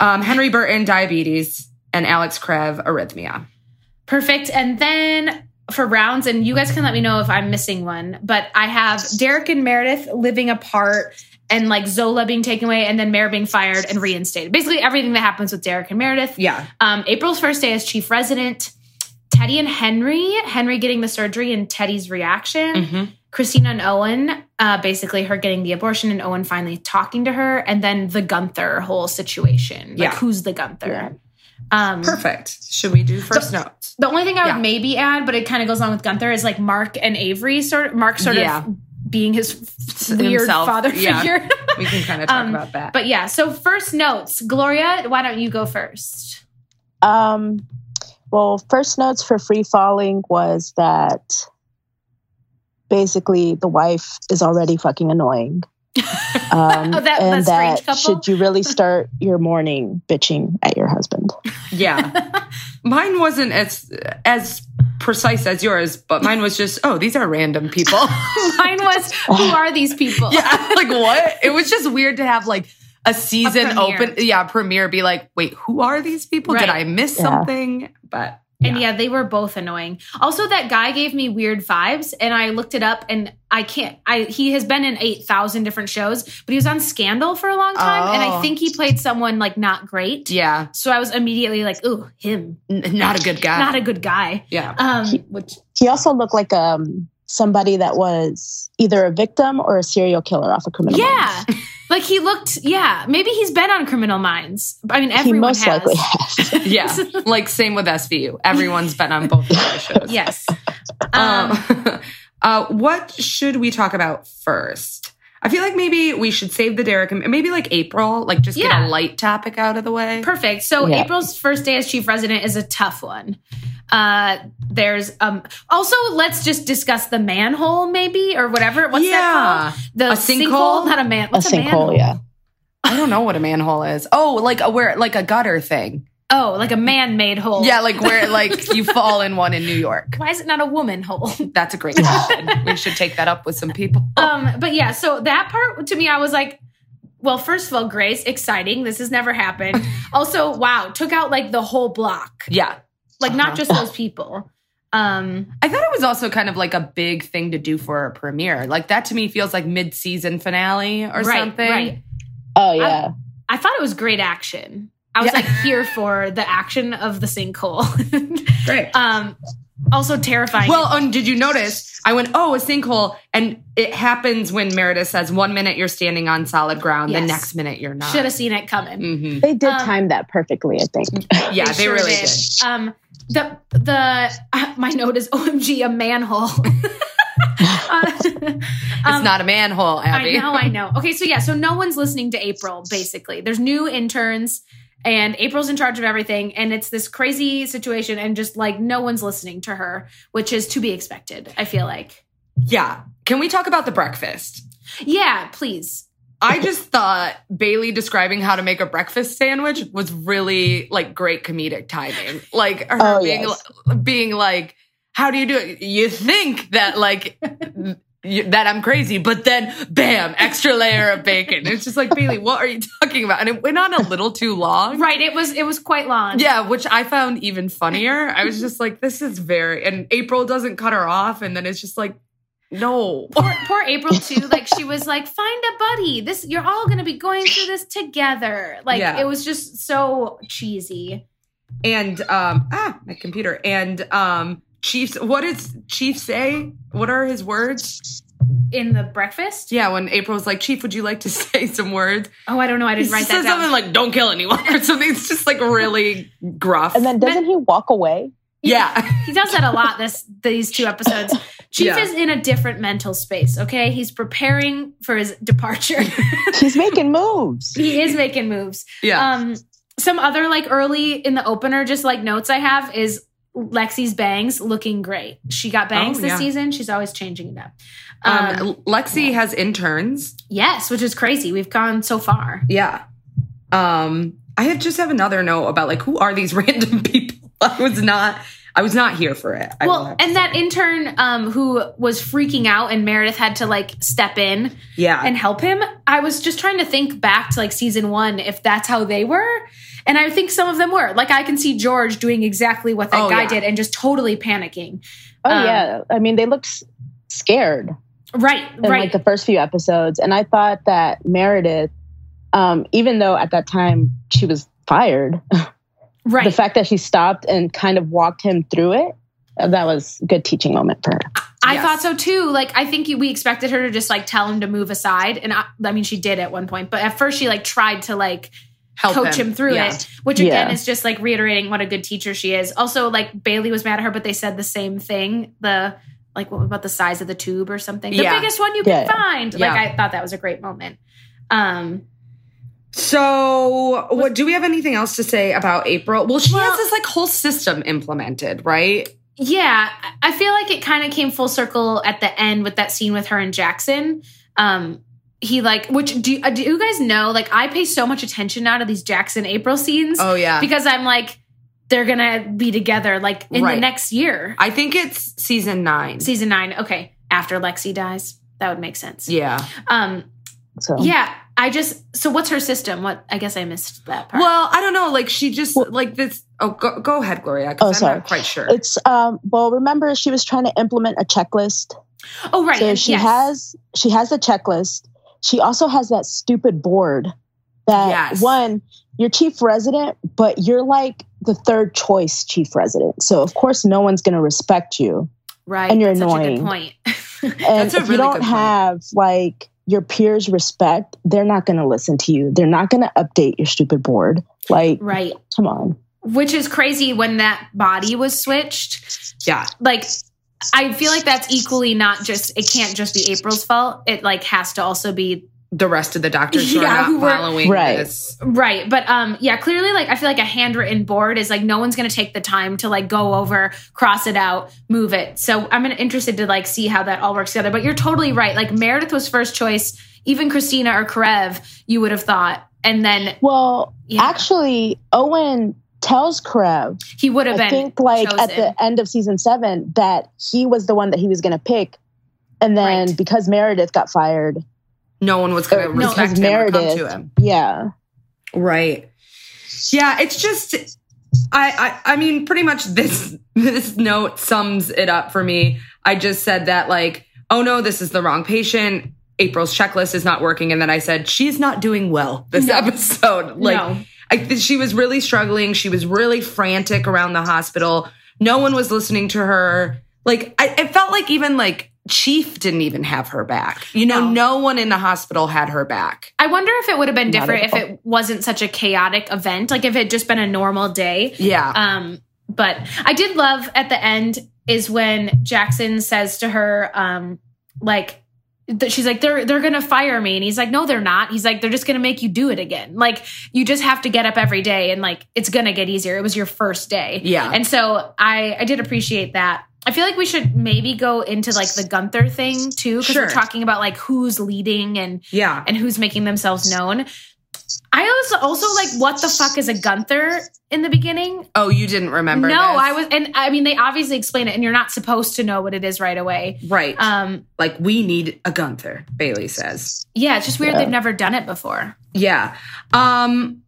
B: Um, Henry Burton, diabetes, and Alex Krev, arrhythmia.
A: Perfect. And then for rounds, and you guys can let me know if I'm missing one, but I have Derek and Meredith living apart and like Zola being taken away and then Mare being fired and reinstated. Basically everything that happens with Derek and Meredith.
B: Yeah.
A: Um, April's first day as chief resident. Teddy and Henry, Henry getting the surgery and Teddy's reaction.
B: Mm-hmm.
A: Christina and Owen, uh, basically her getting the abortion and Owen finally talking to her. And then the Gunther whole situation. Like,
B: Yeah.
A: who's the Gunther?
C: Yeah.
A: Um,
B: Perfect. Should we do first notes?
A: The only thing I would
B: Yeah.
A: maybe add, but it kind of goes on with Gunther, is like Mark and Avery, sort of, Mark sort of
B: Yeah.
A: being his weird
B: Himself.
A: father
B: Yeah.
A: figure.
B: We can kind of talk
A: Um,
B: about that.
A: but yeah, so first notes. Gloria, why don't you go first?
C: Um, well, first notes for free falling was that basically the wife is already fucking annoying. Um,
A: Oh, that- that strange
C: and that
A: couple?
C: should you really start your morning bitching at your husband?
B: yeah. mine wasn't as as precise as yours, but mine was just, oh, these are random people.
A: Mine was, who are these people?
B: yeah. Like what? It was just weird to have like a season
A: A premiere.
B: open. Yeah, premiere be like, wait, who are these people? Did
A: Right.
B: I miss
C: Yeah.
B: something? But
A: And yeah, they were both annoying. Also, that guy gave me weird vibes, and I looked it up, and I can't. I he has been in eight thousand different shows, but he was on Scandal for a long time, and I
B: Oh.
A: think he played someone like not great.
B: yeah.
A: So I was immediately like, "Ooh, him,
B: N- not a good guy.
A: not a good guy."
B: yeah.
A: Um,
C: He-
A: which
C: He also looked like um, somebody that was either a victim or a serial killer off a criminal.
A: yeah, Like he looked, yeah. Maybe he's been on Criminal Minds. I mean,
C: he
A: everyone
C: most
A: has.
C: likely has.
B: Yeah. like same with SVU. Everyone's been on both of those shows.
A: Yes. Um,
B: Um, uh, what should we talk about first? I feel like maybe we should save the Derek and maybe like April, like just get
A: Yeah.
B: a light topic out of the way.
A: Perfect. So
C: Yeah.
A: April's first day as chief resident is a tough one. Uh there's um also let's just discuss the manhole maybe or whatever. What's that
B: Yeah.
A: called? The
B: A sinkhole?
A: Not a man.
C: a
A: What's a,
C: sinkhole,
A: manhole?
C: yeah.
B: I don't know what a manhole is. Oh, like a where like a gutter thing.
A: Oh, like a man-made hole.
B: Yeah, like where like you fall in one in New York.
A: Why is it not a woman hole?
B: That's a great question. we should take that up with some people.
A: um, but yeah, so that part to me, I was like, well, first of all, Grace, exciting. This has never happened. also, wow, took out like the whole block.
B: yeah.
A: Like
B: Uh-huh.
A: not just those people. Um
B: I thought it was also kind of like a big thing to do for a premiere. Like that to me feels like mid-season finale or
A: right,
B: something.
A: Right. Um,
C: Oh yeah.
A: I thought it was great action. I was
B: Yeah.
A: like here for the action of the sinkhole.
B: Great.
A: um, also terrifying.
B: Well, and did you notice? I went, oh, a sinkhole, and it happens when Meredith says, one minute you're standing on solid ground, the
A: Yes.
B: next minute you're not.
A: should have seen it coming.
B: hmm
C: they did
A: um,
C: time that perfectly, I think.
B: Yeah, they,
A: sure
B: really did.
A: Um, the the uh, my note is OMG a manhole. Uh, um,
B: it's not a manhole, Abby.
A: I know, I know. Okay, so yeah, so no one's listening to April, basically. There's new interns, and April's in charge of everything, and it's this crazy situation, and just like no one's listening to her, which is to be expected, I feel like.
B: Yeah. Can we talk about the breakfast?
A: Yeah, please.
B: I just thought Bailey describing how to make a breakfast sandwich was really like great comedic timing. Like her
C: Oh,
B: being
C: yes.
B: being like, "How do you do it? You think that like you, that I'm crazy, but then bam, extra layer of bacon." It's just like Bailey, what are you talking about? And it went on a little too long.
A: Right. It was it was quite long.
B: Yeah, which I found even funnier. I was just like, "This is very." And April doesn't cut her off, and then it's just like, "No."
A: Poor, poor April too. Like she was like, find a buddy. This you're all gonna be going through this together. Like
B: Yeah.
A: it was just so cheesy.
B: and um ah my computer and um chiefs what does chief say what are his words
A: In the breakfast?
B: yeah when april's like chief would you like to say some words
A: Oh, I don't know. I
B: he
A: didn't write
B: says
A: that down.
B: something like don't kill anyone or something it's just like really gruff
C: And then doesn't he walk away?
B: yeah
A: he does that a lot this these two episodes. Chief
B: Yeah.
A: is in a different mental space, okay? He's preparing for his departure.
C: He's making moves.
A: he is making moves.
B: yeah
A: Um, some other like early in the opener, just like notes I have is Lexi's bangs looking great. She got bangs
B: Oh,
A: this
B: yeah.
A: season. She's always changing it up. Um,
B: um, lexi has interns
A: yes, which is crazy. We've gone so far.
B: yeah um i have just have another note about like who are these random people i was not i was not here for it I will
A: well,
B: have to
A: and
B: say.
A: that intern um, who was freaking out, and Meredith had to like step in
B: yeah
A: and help him. I was just trying to think back to like season one if that's how they were. And I think some of them were. Like I can see George doing exactly what that
B: Oh,
A: guy
B: yeah.
A: did and just totally panicking.
C: Oh
A: Um,
C: yeah. I mean, they looked s- scared
A: Right,
C: in
A: right.
C: like the first few episodes, and I thought that Meredith, um, even though at that time she was fired,
A: right.
C: the fact that she stopped and kind of walked him through it, uh, that was a good teaching moment for her.
A: I
B: Yes.
A: thought so too. Like I think we expected her to just like tell him to move aside, and I, I mean she did at one point. But at first she like tried to like
B: help
A: coach him, through
B: Yeah.
A: it, which again
C: Yeah.
A: is just like reiterating what a good teacher she is. Also, like Bailey was mad at her, but they said the same thing. The like what about the size of the tube or something? The
B: Yeah.
A: biggest one you
C: Yeah,
A: can
C: yeah.
A: find.
B: Yeah.
A: Like I thought that was a great moment. Um,
B: So, what do we have anything else to say about April? Well, she
A: Well-
B: has this like whole system implemented, right?
A: yeah, I- I feel like it kind of came full circle at the end with that scene with her and Jackson. Um, he like, which do uh, do you guys know? Like, I pay so much attention now to these Jackson April scenes
B: Oh yeah.
A: because I'm like, they're gonna be together like in
B: Right.
A: the next year,
B: I think it's season 9.
A: season nine. Okay, after Lexi dies, that would make sense.
B: yeah.
A: Um,
C: So
A: yeah, I just so what's her system? What I guess I missed that part.
B: Well, I don't know, like she just
C: Well-
B: like this Oh, go, go ahead, Gloria, cuz
C: Oh,
B: I'm
C: sorry.
B: not quite sure.
C: It's um, well, remember she was trying to implement a checklist
A: oh right,
C: So she
A: yes.
C: has she has a checklist. She also has that stupid board that
B: Yes.
C: one, you're chief resident, but you're like the third choice chief resident. So of course no one's gonna respect you.
A: right,
C: and you're
A: that's such a good
C: annoying.
A: point.
C: And
B: That's a really
C: if you
B: good
C: don't
B: point.
C: have like your peers respect, they're not going to listen to you. They're not going to update your stupid board. Like,
A: Right.
C: come on.
A: Which is crazy when that body was switched.
B: Yeah.
A: Like, I feel like that's equally not just, it can't just be April's fault. It like has to also be
B: The rest of the doctors who
A: Yeah,
B: are
A: who
B: not
A: were-
B: following
C: Right.
B: this.
A: Right. But um yeah, clearly like I feel like a handwritten board is like no one's gonna take the time to like go over, cross it out, move it. So I'm interested to like see how that all works together. But you're totally right. Like Meredith was first choice, even Christina or Karev, you would have thought. And then
C: Well,
A: Yeah.
C: actually, Owen tells Karev,
A: he would
C: I
A: have been
C: think, like at
A: chosen.
C: the end of season seven, that he was the one that he was going to pick. And then
A: Right.
C: because Meredith got fired,
B: No one was going to
C: Uh, no,
B: respect
C: because
B: him or come to
C: Meredith-
B: him.
C: yeah,
B: Right. Yeah, it's just I I, I mean pretty much this this note sums it up for me. I just said that like, oh no, this is the wrong patient. April's checklist is not working and then I said she's not doing well this
A: No.
B: episode. Like
A: No.
B: I th- she was really struggling. She was really frantic around the hospital. No one was listening to her. Like I, it felt like even like Chief didn't even have her back. You know,
A: No.
B: no one in the hospital had her back.
A: I wonder if it would have been
C: Not
A: different if
C: at
A: it wasn't such a chaotic event, like if it had just been a normal day.
B: Yeah.
A: Um, but I did love at the end is when Jackson says to her, um, like that she's like, they're they're gonna fire me. And he's like, No, they're not. He's like, they're just gonna make you do it again. Like, you just have to get up every day and like it's gonna get easier. It was your first day.
B: yeah.
A: And so I I did appreciate that. I feel like we should maybe go into like the Gunther thing too, because
B: Sure.
A: we're talking about like who's leading and
B: yeah.
A: and who's making themselves known. I was also like, what the fuck is a Gunther in the beginning?
B: Oh, you didn't remember?
A: No,
B: this?
A: I was, and I mean, they obviously explain it, and you're not supposed to know what it is right away.
B: right.
A: Um,
B: like we need a Gunther. Bailey says.
A: yeah, it's just weird
C: Yeah.
A: they've never done it before.
B: Yeah. Um.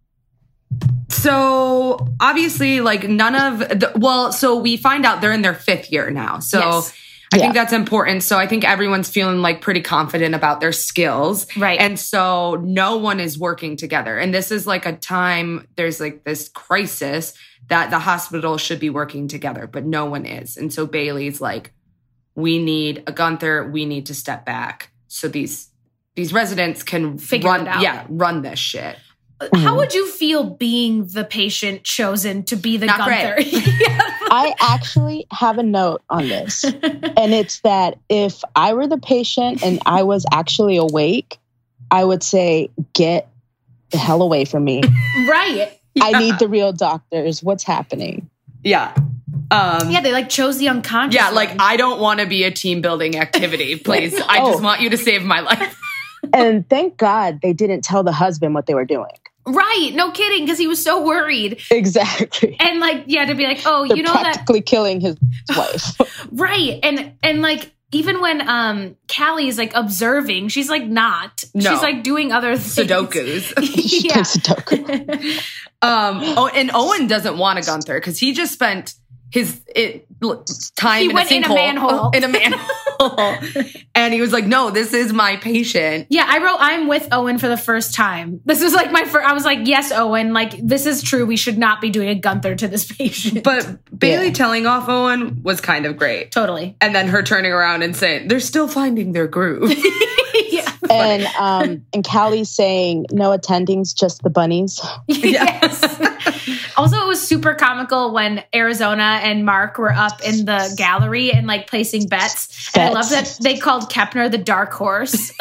B: So obviously, like none of the well. So we find out they're in their fifth year now. So.
A: Yes.
B: I
C: Yeah.
B: think that's important. So I think everyone's feeling like pretty confident about their skills.
A: Right.
B: And so no one is working together. And this is like a time, there's like this crisis that the hospital should be working together, but no one is. And so Bailey's like, we need a Gunther. We need to step back. So these, these residents can
A: Figure
B: run,
A: it out.
B: yeah, run this shit.
A: How would you feel being the patient chosen to be the
B: Not
A: Gunther?
B: great.
A: Yeah.
C: I actually have a note on this. And it's that if I were the patient and I was actually awake, I would say, get the hell away from me.
A: right.
C: I need the real doctors. What's happening?
B: Yeah. Um,
A: Yeah, they like chose the unconscious.
B: yeah, like
A: one.
B: I don't want to be a team building activity, please. I just
C: Oh.
B: want you to save my life.
C: And thank God they didn't tell the husband what they were doing.
A: right. No kidding, because he was so worried.
C: Exactly.
A: And like, yeah, to be like, oh,
C: They're
A: you know that
C: practically killing his wife.
A: Right. And and like even when um Callie is like observing, she's like not.
B: No.
A: She's like doing other things.
B: Sudokus.
C: She
A: yeah.
C: played Sudoku.
B: Um, oh, and Owen doesn't want a Gunther because he just spent his it, l- time
A: He
B: in,
A: went
B: a
A: in a
B: sinkhole-
A: manhole.
B: in a manhole, and he was like, "No, this is my patient."
A: yeah, I wrote I'm with Owen for the first time. This is like my first I was like, yes, Owen, like this is true. We should not be doing a Gunther to this patient.
B: But Bailey
C: Yeah.
B: telling off Owen was kind of great,
A: totally.
B: and then her turning around and saying, "They're still finding their groove."
A: yeah.
C: and um and Callie's saying, no attendings, just the bunnies.
A: Yes. also, it was super comical when Arizona and Mark were up in the gallery and like placing bets. And I love
C: Bets.
A: that they called Kepner the dark horse.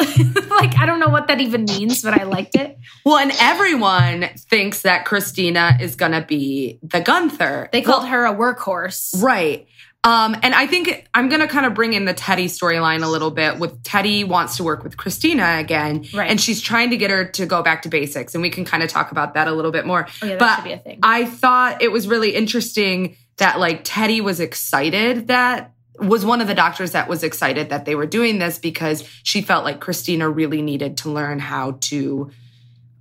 A: like, I don't know what that even means, but I liked it.
B: well, and everyone thinks that Christina is gonna be the Gunther.
A: They called her a workhorse.
B: Right. Um, and I think I'm going to kind of bring in the Teddy storyline a little bit with Teddy wants to work with Christina again.
A: Right.
B: And she's trying to get her to go back to basics. And we can kind of talk about that a little bit more.
A: Oh, yeah, that
B: but
A: should be a thing.
B: I thought it was really interesting that like Teddy was excited that was one of the doctors that was excited that they were doing this because she felt like Christina really needed to learn how to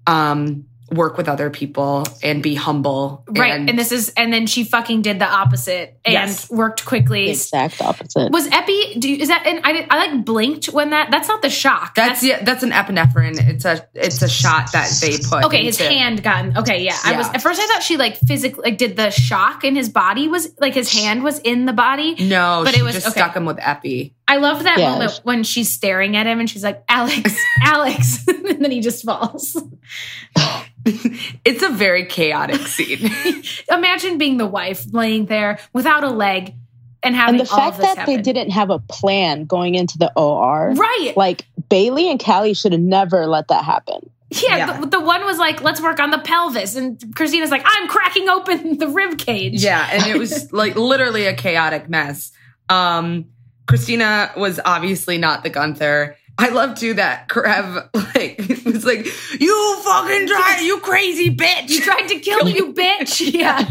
B: um work with other people and be humble.
A: Right. And, this is, and then she fucking did the opposite and
B: Yes.
A: worked quickly.
C: The exact opposite.
A: Was Epi? Do you, is that? And I did, I like blinked when that. That's not the shock.
B: that's yeah, that's an epinephrine. It's a it's a shot that they put.
A: okay. His
B: into-
A: hand gun. Okay, yeah. I was
B: Yeah.
A: at first. I thought she like physically like did the shock, and his body was like his hand was in the body.
B: No,
A: But
B: she
A: it was-
B: just
A: okay.
B: stuck him with epi.
A: I love that
C: Yeah.
A: moment when she's staring at him and she's like, "Alex, Alex," and then he just falls.
B: It's a very chaotic scene.
A: Imagine being the wife laying there without a leg and having
C: and the
A: all
C: fact
A: of this
C: that they
A: happen.
C: didn't have a plan going into the OR,
A: right.
C: like Bailey and Callie should have never let that happen.
A: Yeah,
B: Yeah.
A: The, the one was like, let's work on the pelvis. And Christina's like, I'm cracking open the rib cage.
B: Yeah, and it was like literally a chaotic mess. Um, Christina was obviously not the Gunther. I love too that Karev like was like, "You fucking try, you crazy
A: You
B: bitch."
A: tried to kill me, you bitch. Yeah.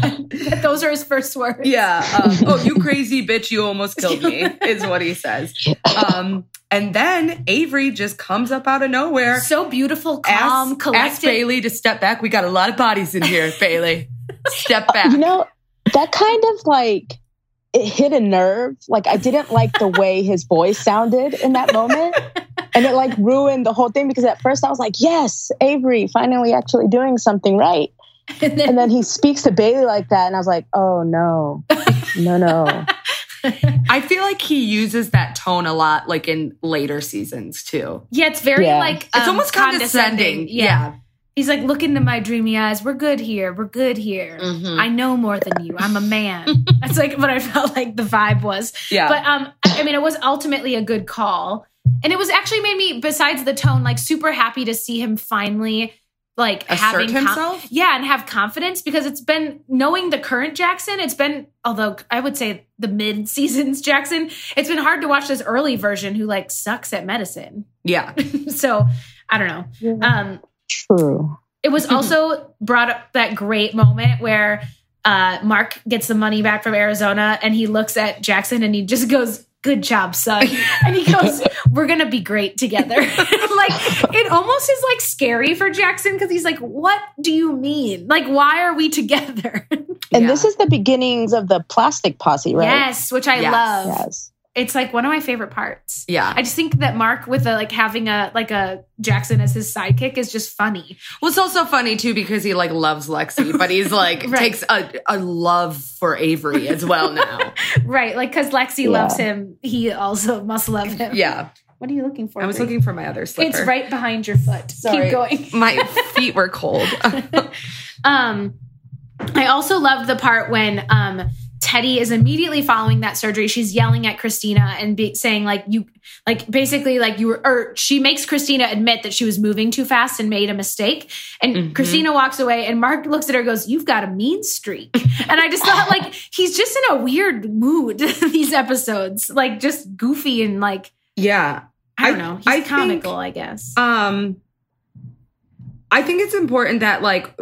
A: Those are his first words.
B: Yeah. Um, oh, you crazy bitch! You almost killed me, is what he says. Um, and then Avery just comes up out of nowhere.
A: So beautiful, calm,
B: Ask, ask
A: collected.
B: Bailey to step back. We got a lot of bodies in here, Bailey. Step back.
C: You know, that kind of like it hit a nerve. Like I didn't like the way his voice sounded in that moment. And it like ruined the whole thing because at first I was like, yes, Avery finally actually doing something right.
A: and then,
C: And then he speaks to Bailey like that. And I was like, oh no, no, no.
B: I feel like he uses that tone a lot, like in later seasons too.
A: yeah, it's very
C: Yeah.
A: like
B: It's
A: um,
B: almost condescending.
A: Yeah. he's like, look into my dreamy eyes. We're good here. We're good here.
B: Mhm.
A: I know more than you. I'm a man. That's like what I felt like the vibe was.
B: yeah.
A: But um, I I mean, it was ultimately a good call, and it was actually made me, besides the tone, like super happy to see him finally like having
B: Assert
A: con-
B: himself?
A: yeah, and have confidence because it's been knowing the current Jackson. It's been although I would say the mid seasons Jackson. It's been hard to watch this early version who like sucks at medicine.
B: yeah.
A: so I don't know. Um,
C: True.
A: it was also brought up that great moment where uh, Mark gets the money back from Arizona and he looks at Jackson and he just goes, Good job, son. And he goes, We're going to be great together. like, it almost is like scary for Jackson because he's like, What do you mean? Like, why are we together?
C: And
B: yeah.
C: this is the beginnings of the plastic posse, right?
A: Yes, which I
B: Yes.
A: love.
C: Yes.
A: It's like one of my favorite parts.
B: Yeah.
A: I just think that Mark with a like having a like a Jackson as his sidekick is just funny.
B: Well, it's also funny too because he like loves Lexi, but he's like
A: Right.
B: takes a, a love for Avery as well now.
A: Right, like because Lexi
C: Yeah.
A: loves him, he also must love him.
B: yeah.
A: What are you looking for?
B: I was
A: Bree?
B: looking for my other slipper.
A: It's right behind your foot.
B: Sorry.
A: Keep going.
B: My feet were cold.
A: Um, I also loved the part when um Teddy is immediately following that surgery. She's yelling at Christina and be, saying like you, like basically like you were. Or she makes Christina admit that she was moving too fast and made a mistake. And
B: Mhm.
A: Christina walks away, and Mark looks at her, and goes, "You've got a mean streak." and I just thought like he's just in a weird mood these episodes, like just goofy and like
B: yeah.
A: I don't
B: I-
A: know. He's
B: I think-
A: comical, I guess.
B: Um I think it's important that like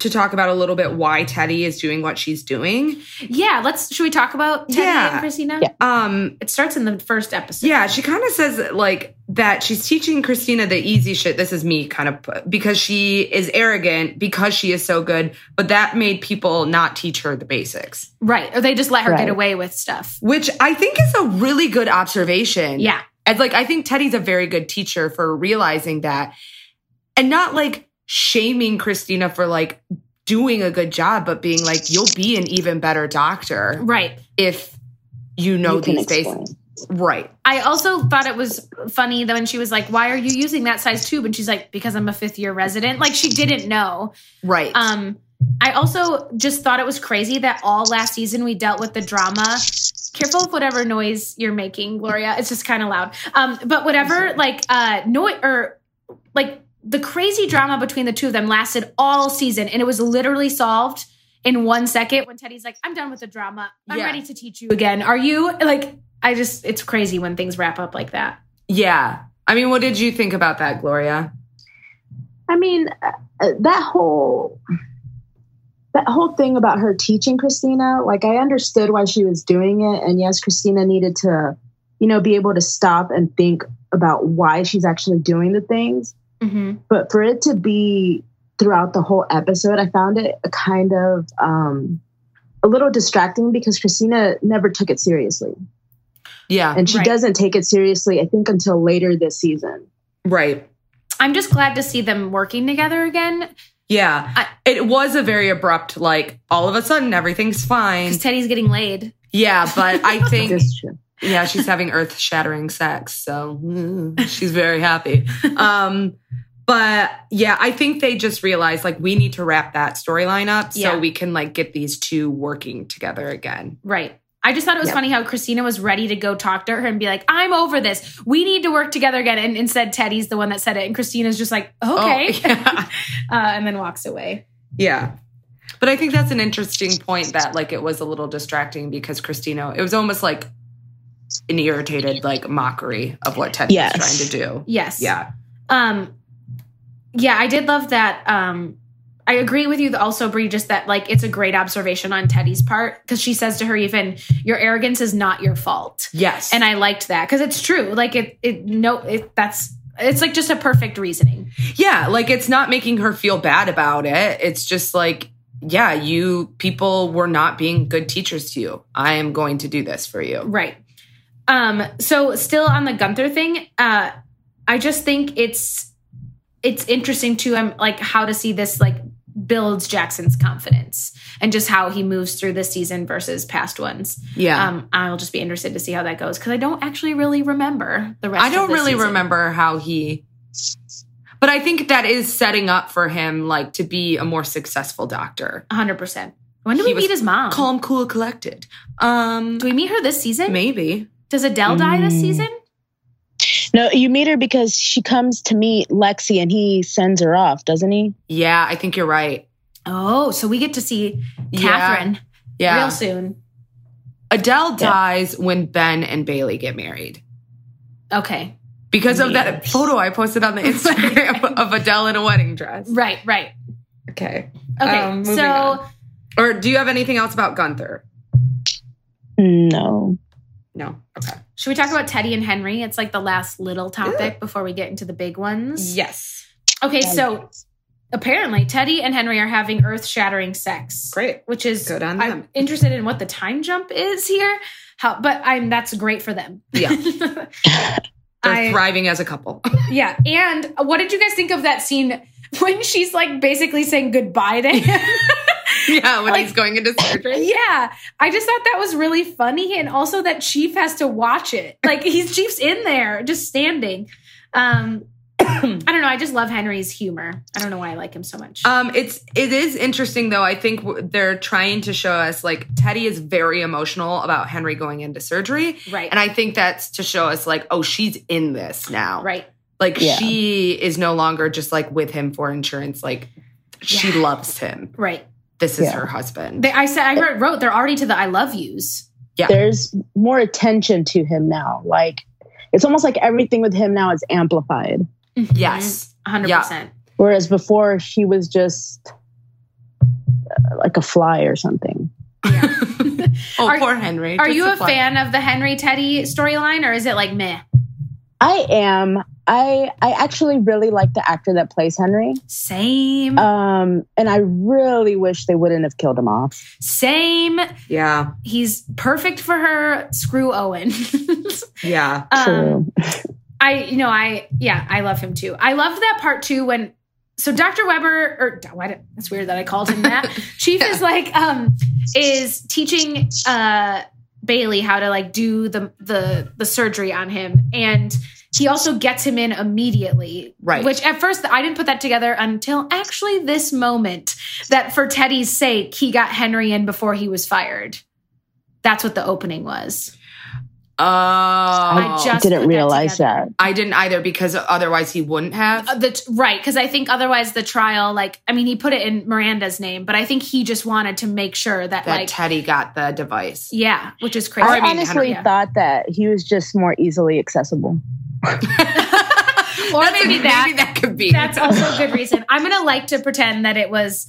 B: to talk about a little bit why Teddy is doing what she's doing.
A: Yeah, let's. Should we talk about Teddy
B: Yeah.
A: and Christina?
C: Yeah.
B: Um
A: It starts in the first episode.
B: Yeah, she kind of says like that she's teaching Christina the easy shit. This is me kind of because she is arrogant because she is so good, but that made people not teach her the basics,
A: right. Or they just let her get
C: Right.
A: away with stuff.
B: which I think is a really good observation.
A: Yeah,
B: And like I think Teddy's a very good teacher for realizing that and not like shaming Christina for like doing a good job, but being like, you'll be an even better doctor
A: right.
B: if you know
C: you can
B: these
C: explain.
B: basics. Right.
A: I also thought it was funny that when she was like, "Why are you using that size tube?" and she's like, "Because I'm a fifth year resident." Like she didn't know.
B: Right.
A: Um, I also just thought it was crazy that all last season we dealt with the drama. Careful of whatever noise you're making, Gloria. It's just kind of loud. Um, but whatever, like uh, noise or like the crazy drama between the two of them lasted all season, and it was literally solved in one second when Teddy's like, "I'm done with the drama. I'm
B: Yeah.
A: ready to teach you again." Are you like? I just, it's crazy when things wrap up like that.
B: yeah. I mean, what did you think about that, Gloria?
C: I mean, uh, uh, that whole that whole thing about her teaching Christina, like I understood why she was doing it, and yes, Christina needed to, you know, be able to stop and think about why she's actually doing the things.
A: Mm-hmm.
C: But for it to be throughout the whole episode. I found it a kind of um, a little distracting because Christina never took it seriously,
B: Yeah.
C: and she
A: Right.
C: doesn't take it seriously. I think until later this season.
B: Right.
A: I'm just glad to see them working together again
B: Yeah.
A: I-
B: it was a very abrupt, like, all of a sudden everything's fine.
A: because Teddy's getting laid.
B: Yeah, but I
C: This
B: think,
C: is true.
B: yeah, she's having earth shattering sex. So mm, she's very happy. Um, but yeah, I think they just realized like we need to wrap that storyline up so
A: Yeah.
B: we can like get these two working together again.
A: Right. I just thought it was
C: Yeah.
A: funny how Christina was ready to go talk to her and be like, I'm over this. We need to work together again. And instead, Teddy's the one that said it. And Christina's just like, okay.
B: Oh, yeah.
A: uh, and then walks away.
B: Yeah. But I think that's an interesting point that like it was a little distracting because Christina, it was almost like an irritated like mockery of what Teddy
C: Yes.
B: was trying to do.
A: Yes.
B: Yeah.
A: Um, yeah, I did love that. Um, I agree with you also, Brie, just that like it's a great observation on Teddy's part because she says to her, even, your arrogance is not your fault.
B: Yes.
A: And I liked that because it's true. Like it, it, no, it, that's, it's like just a perfect reasoning.
B: yeah, like it's not making her feel bad about it. It's just like, yeah, you people were not being good teachers to you. I am going to do this for you.
A: Right. Um, so still on the Gunther thing, uh, I just think it's it's interesting too. I'm like how to see this like builds Jackson's confidence and just how he moves through this season versus past ones.
B: Yeah.
A: Um, I'll just be interested to see how that goes because I don't actually really remember the rest.
B: I
A: of
B: don't
A: this
B: really
A: season.
B: remember how he But I think that is setting up for him like to be a more successful doctor.
A: 100. percent When do
B: He
A: we
B: was
A: meet his mom?
B: Calm, cool, collected. Um
A: do we meet her this season?
B: Maybe.
A: Does Adele die this
C: Mm.
A: season?
C: No, you meet her because she comes to meet Lexi, and he sends her off, doesn't he?
B: Yeah, I think you're right.
A: Oh, so we get to see Catherine
B: Yeah. yeah.
A: real soon.
B: Adele
C: Yeah.
B: dies when Ben and Bailey get married.
A: Okay.
B: Because of that
C: Weird.
B: photo I posted on the Instagram of Adele in a wedding dress.
A: Right. Right.
B: Okay.
A: Okay.
B: Um, moving
A: so.
B: on. Or do you have anything else about Gunther?
C: No.
B: No. Okay.
A: Should we talk about Teddy and Henry? It's like the last little topic before we get into the big ones.
B: Yes.
A: Okay, so apparently Teddy and Henry are having earth-shattering sex,
B: Great.
A: which is
B: Good on
A: I'm
B: them.
A: interested in what the time jump is here. How, but I'm that's great for them.
B: Yeah. They're
A: I-
B: thriving as a couple.
A: yeah. And what did you guys think of that scene when she's like basically saying goodbye to him?
B: yeah, when
A: Like-
B: he's going into surgery.
A: Yeah, I just thought that was really funny, and also that Chief has to watch it. Like he's Chief's in there, just standing. Um, I don't know. I just love Henry's humor. I don't know why I like him so much.
B: Um, it's it is interesting though. I think w- they're trying to show us like Teddy is very emotional about Henry going into surgery,
A: right,
B: And I think that's to show us like, oh, she's in this now.
A: right,
B: Like
C: Yeah.
B: she is no longer just like with him for insurance. Like she
A: Yeah.
B: loves him.
A: right.
B: This is
C: Yeah.
B: her husband.
A: They, I said I wrote, wrote they're already to the I love yous.
B: Yeah.
C: There's more attention to him now. Like it's almost like everything with him now is amplified.
B: Mm-hmm. yes.
A: hundred percent.
C: Whereas before she was just uh, like a fly or something.
B: Oh,
A: Are-
B: poor Henry.
A: Are
B: Just
A: you a
B: fly.
A: fan of the Henry Teddy storyline, or is it like meh?
C: I am. I I actually really like the actor that plays Henry.
A: Same,
B: Uh,
C: Um, and I really wish they wouldn't have killed him off.
A: same.
B: Yeah.
A: He's perfect for her. Screw Owen.
B: Yeah.
A: Um,
C: True.
A: I, you know, I, yeah, I love him too. I loved that part too when, so Dr. Weber, or why did, that's weird that I called him that. Chief is like, um, is teaching, uh, Bailey how to like do the, the, the surgery on him. And he also gets him in immediately.
B: Right.
A: Which at first I didn't put that together until actually this moment that for Teddy's sake, he got Henry in before he was fired. That's what the opening was.
B: Oh. I,
A: I just put
C: Didn't
A: that
C: realize
A: together.
C: that.
B: didn't either because otherwise he wouldn't have.
A: Uh, the t- right because i think otherwise the trial like i mean he put it in miranda's name but i think he just wanted to make sure that,
B: that
A: like
B: Teddy got the device.
A: yeah which is crazy
B: Or,
C: I,
B: I mean,
C: honestly
B: Henry,
A: yeah.
C: thought that he was just more easily accessible.
A: Or
B: That's-
A: maybe that-
B: maybe that could be.
A: that's also a good reason i'm gonna like to pretend that it was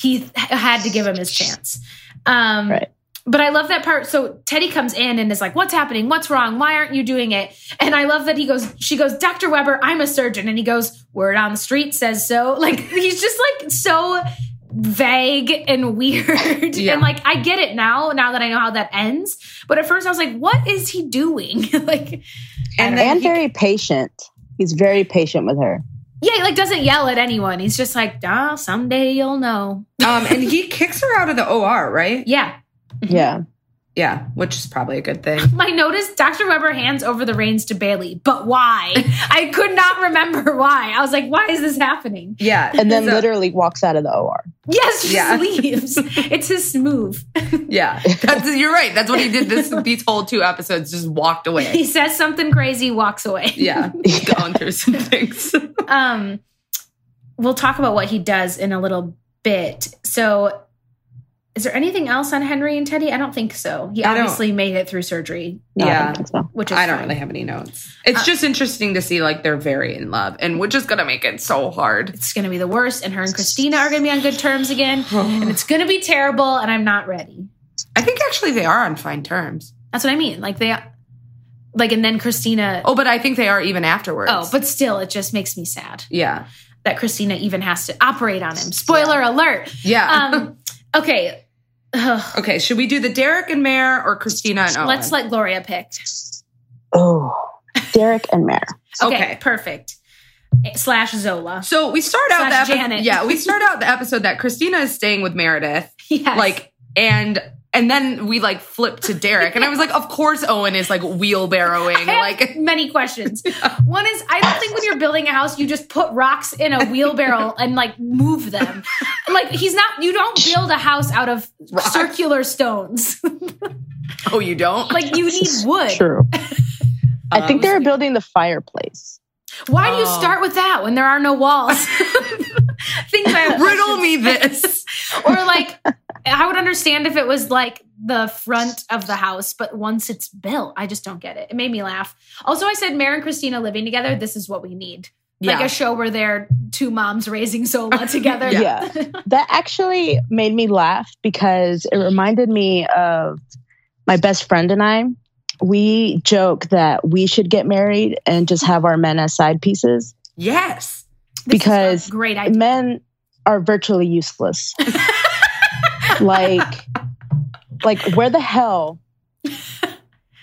A: he th- had to give him his chance um
C: Right.
A: But I love that part. So Teddy comes in and is like, What's happening? What's wrong? Why aren't you doing it? And I love that he goes, She goes, Dr. Weber, I'm a surgeon. And he goes, Word on the street says so. Like, he's just like so vague and weird.
B: Yeah.
A: And like, I get it now, now that I know how that ends. But at first I was like, What is he doing? like,
B: And then
C: and
B: he-
C: very patient. He's very patient with her.
A: yeah, he like doesn't yell at anyone. He's just like, ah, someday you'll know.
B: um, and he kicks her out of the OR, right?
A: Yeah.
C: Yeah.
B: Yeah, which is probably a good thing.
A: My notice Dr. Weber hands over the reins to Bailey, but why? I could not remember why. I was like, why is this happening?
B: Yeah,
C: And then
B: So-
C: literally walks out of the OR.
A: Yes, just
B: Yeah.
A: leaves. It's his move.
B: yeah, That's- you're right. That's what he did. This these whole two episodes just walked away.
A: He says something crazy, walks away.
B: Yeah, gone through some things.
A: Um, we'll talk about what he does in a little bit. So, is there anything else on Henry and Teddy? I don't think so. He
B: I don't-
A: obviously made it through surgery,
C: No, I don't
B: Yeah.
C: think so.
A: which is
B: I don't
A: fine. Uh,
B: really have any notes. It's just interesting to see like they're very in love, and which is gonna make it so hard.
A: It's going to be the worst, and her and Christina are going to be on good terms again, and it's going to be terrible, and I'm not ready.
B: I think actually they are on fine terms.
A: That's what I mean. Like they, like, and then Christina. Oh,
B: Oh, but I think they are even afterwards.
A: but still, it just makes me sad
B: yeah,
A: that Christina even has to operate on him. Spoiler alert.
B: yeah.
A: Um, okay, Ugh.
B: okay, should we do the Derek and Mare or Christina and Owen?
A: let's let Gloria pick.
C: Oh, Derek and Mare.
A: Okay,
B: Okay.
A: perfect. Slash Zola.
B: So we start out
A: Slash
B: that
A: Janet.
B: yeah we start out the episode that Christina is staying with Meredith
A: Yes.
B: like and and then we like flip to Derek and I was like of course Owen is like wheelbarrowing
A: I have
B: like
A: many questions. One is I don't think when you're building a house you just put rocks in a wheelbarrow and like move them. Like he's not you don't build a house out of
B: Rocks.
A: circular stones.
B: oh you don't
A: like you need wood.
C: True. I
B: Um,
C: think they were building the fireplace.
A: Why do you
B: Oh.
A: start with that when there are no walls? Things I have
B: riddle me this
A: questions. or like I would understand if it was like the front of the house, but once it's built, I just don't get it. It made me laugh. Also, I said Mary and Christina living together. This is what we need. Like
B: Yeah.
A: a show where they're two moms raising Zola together.
C: Yeah. That actually made me laugh because it reminded me of my best friend and I. We joke that we should get married and just have our men as side pieces.
B: yes
A: This is a
C: Because
A: great idea.
C: men are virtually useless. like, like where the hell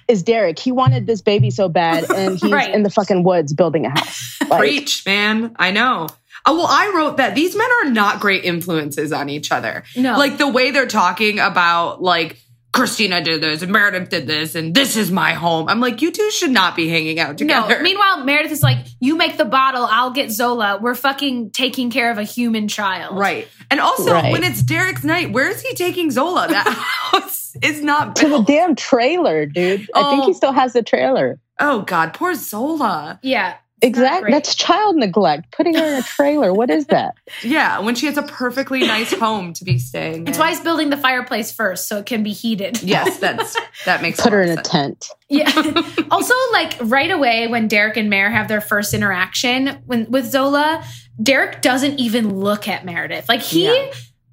C: is Derek? He wanted this baby so bad, and he's
A: Right.
C: in the fucking woods building a house. Like,
B: preach man I know oh well I wrote that these men are not great influences on each other
A: No.
B: like the way they're talking about like Christina did this and Meredith did this and this is my home I'm like you two should not be hanging out
A: no.
B: together
A: Meanwhile, Meredith is like, "You make the bottle, I'll get Zola. We're fucking taking care of a human child."
B: Right. And also,
C: Right.
B: when it's Derek's night, where is he taking Zola? That house is not
C: to the
B: built.
C: damn trailer, dude. I think
B: Oh.
C: he still has the trailer.
B: Oh, God, poor Zola.
A: Yeah.
C: Exactly.
A: great.
C: That's child neglect. Putting her in a trailer. What is that?
B: Yeah, when she has a perfectly nice home to be staying.
A: It's
B: in.
A: why he's building the fireplace first, so it can be heated.
B: Yes, that's that makes
C: Put her in a
B: lot of sense.
C: tent.
A: Yeah. also, like right away when Derek and Mare have their first interaction when with Zola, Derek doesn't even look at Meredith. Like he
B: Yeah.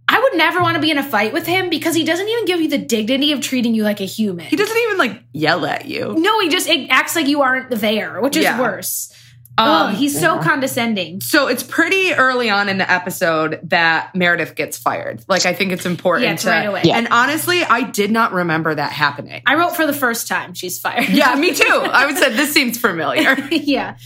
A: I would never want to be in a fight with him because he doesn't even give you the dignity of treating you like a human.
B: He doesn't even like yell at you.
A: No, he just it acts like you aren't there, which is
B: Yeah.
A: worse.
B: Um,
A: oh, he's so
C: yeah.
A: condescending.
B: so it's pretty early on in the episode that Meredith gets fired. Like I think it's important.
A: Yeah, it's
B: to-
A: right away.
C: Yeah.
B: And honestly, I did not remember that happening.
A: I wrote for the first time she's fired.
B: Yeah, me too. I would say this seems familiar.
A: yeah.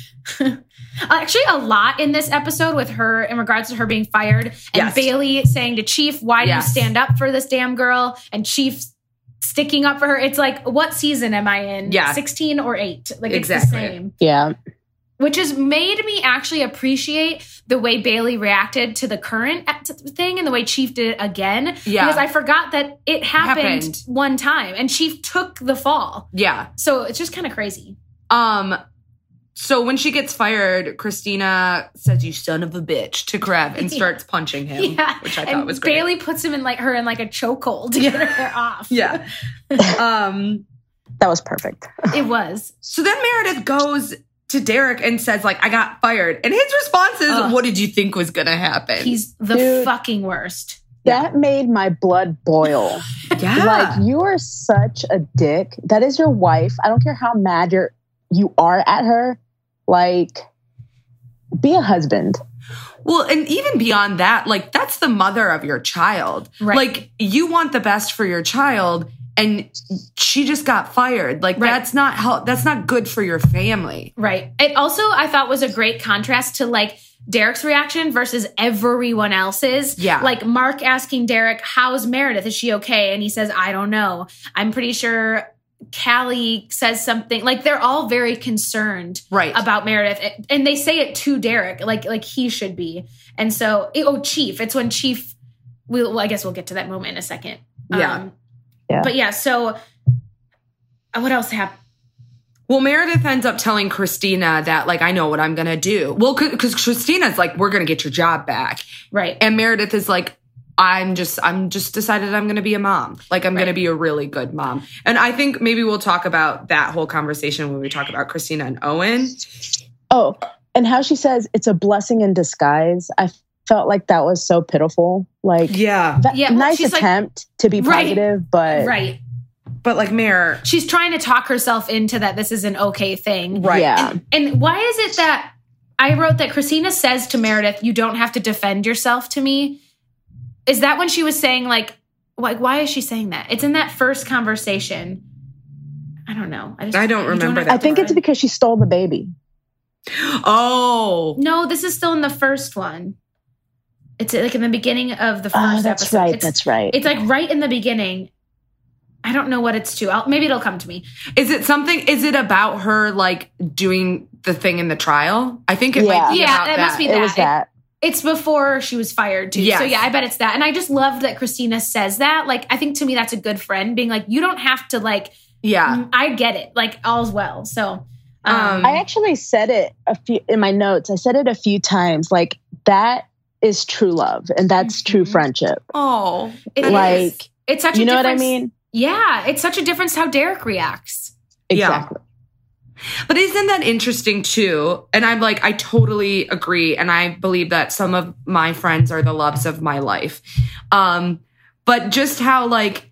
A: Actually, a lot in this episode with her in regards to her being fired and
B: Yes.
A: Bailey saying to Chief, Why do
B: Yes.
A: you stand up for this damn girl? And Chief sticking up for her. It's like, what season am I in?
B: Yeah.
A: 16 or 8? Like, it's the
B: Exactly.
A: same.
C: Yeah.
A: Which has made me actually appreciate the way Bailey reacted to the current act- thing and the way Chief did it again.
B: Yeah.
A: Because I forgot that it happened,
B: Happened.
A: one time and Chief took the fall.
B: Yeah.
A: So it's just kind of crazy.
B: Um, so when she gets fired, Christina says, "You son of a bitch," to Krev and starts punching him,
A: Yeah,
B: which I
A: and
B: thought was great.
A: Bailey puts him in like her in like a chokehold to get her off.
B: yeah. um.
C: That was perfect.
A: it was.
B: So then Meredith goes to Derek and says, "Like I got fired," and his response is,
A: Ugh.
B: "What did you think was gonna happen?"
A: He's the
C: Dude.
A: fucking worst.
C: That made my blood boil.
D: Yeah.
C: Like you are such a dick. That is your wife. I don't care how mad you're you are at her. Like be a husband.
B: Well, and even beyond that, like that's the mother of your child.
A: Right.
B: Like you want the best for your child and she just got fired. Like
A: Right.
B: that's not how that's not good for your family.
A: Right. It also, I thought, was a great contrast to like Derek's reaction versus everyone else's.
B: Yeah.
A: Like Mark asking Derek, How's Meredith? Is she okay? And he says, I don't know. I'm pretty sure Callie says something. Like they're all very concerned
B: Right.
A: about Meredith. And they say it to Derek, like like he should be. And so, oh, Chief. It's when Chief, we'll, well, I guess we'll get to that moment in a second. Um,
B: Yeah.
C: Yeah.
A: But yeah, so uh, what else happened?
B: Well, Meredith ends up telling Christina that, like, I know what I'm gonna do. Well, because Christina's like, we're gonna get your job back,
A: Right.
B: and Meredith is like, I'm just, I'm just decided I'm gonna be a mom. Like, I'm gonna
A: Right.
B: be a really good mom. And I think maybe we'll talk about that whole conversation when we talk about Christina and Owen.
C: Oh, and how she says it's a blessing in disguise. I felt like that was so pitiful. Like
B: Yeah,
C: that,
A: Yeah, well,
C: nice
A: she's like-
C: attempt to be
A: Right.
C: positive, but
A: right.
B: but like, Mayor,
A: she's trying to talk herself into that this is an okay thing.
B: right?
C: yeah.
A: And, and why is it that I wrote that Christina says to Meredith, "You don't have to defend yourself to me." Is that when she was saying like, like why is she saying that? It's in that first conversation. I don't know. just,
B: I don't
A: you
B: remember
A: have
B: that
C: I
A: to
C: think it's
A: defend-
C: because she stole the baby.
B: Oh,
A: no. This is still in the first one. It's like in the beginning of the first
C: Oh, that's
A: episode.
C: right.
A: It's,
C: that's right.
A: it's like right in the beginning. I don't know what it's to. I'll, maybe it'll come to me.
B: is it something? Is it about her like doing the thing in the trial? I think it might be
A: Yeah. Yeah,
B: about
A: that must be
C: it was
A: that.
C: that.
A: it's before she was fired too.
B: Yes.
A: So yeah, I bet it's that. And I just loved that Christina says that. Like I think to me that's a good friend being like you don't have to like
B: yeah.
A: mm, I get it. Like all's well. So
B: Um,
A: um,
C: I actually said it a few in my notes. I said it a few times. Like that is true love, and that's true
A: Mhm.
C: friendship.
B: Oh,
A: it is-
C: like
A: it's such
C: you
A: a
C: know what I
A: difference.
C: mean?
A: Yeah, it's such a difference how Derek reacts.
B: Yeah.
C: Exactly.
B: But isn't that interesting too? And I'm like, I totally agree. And I believe that some of my friends are the loves of my life. Um, but just how like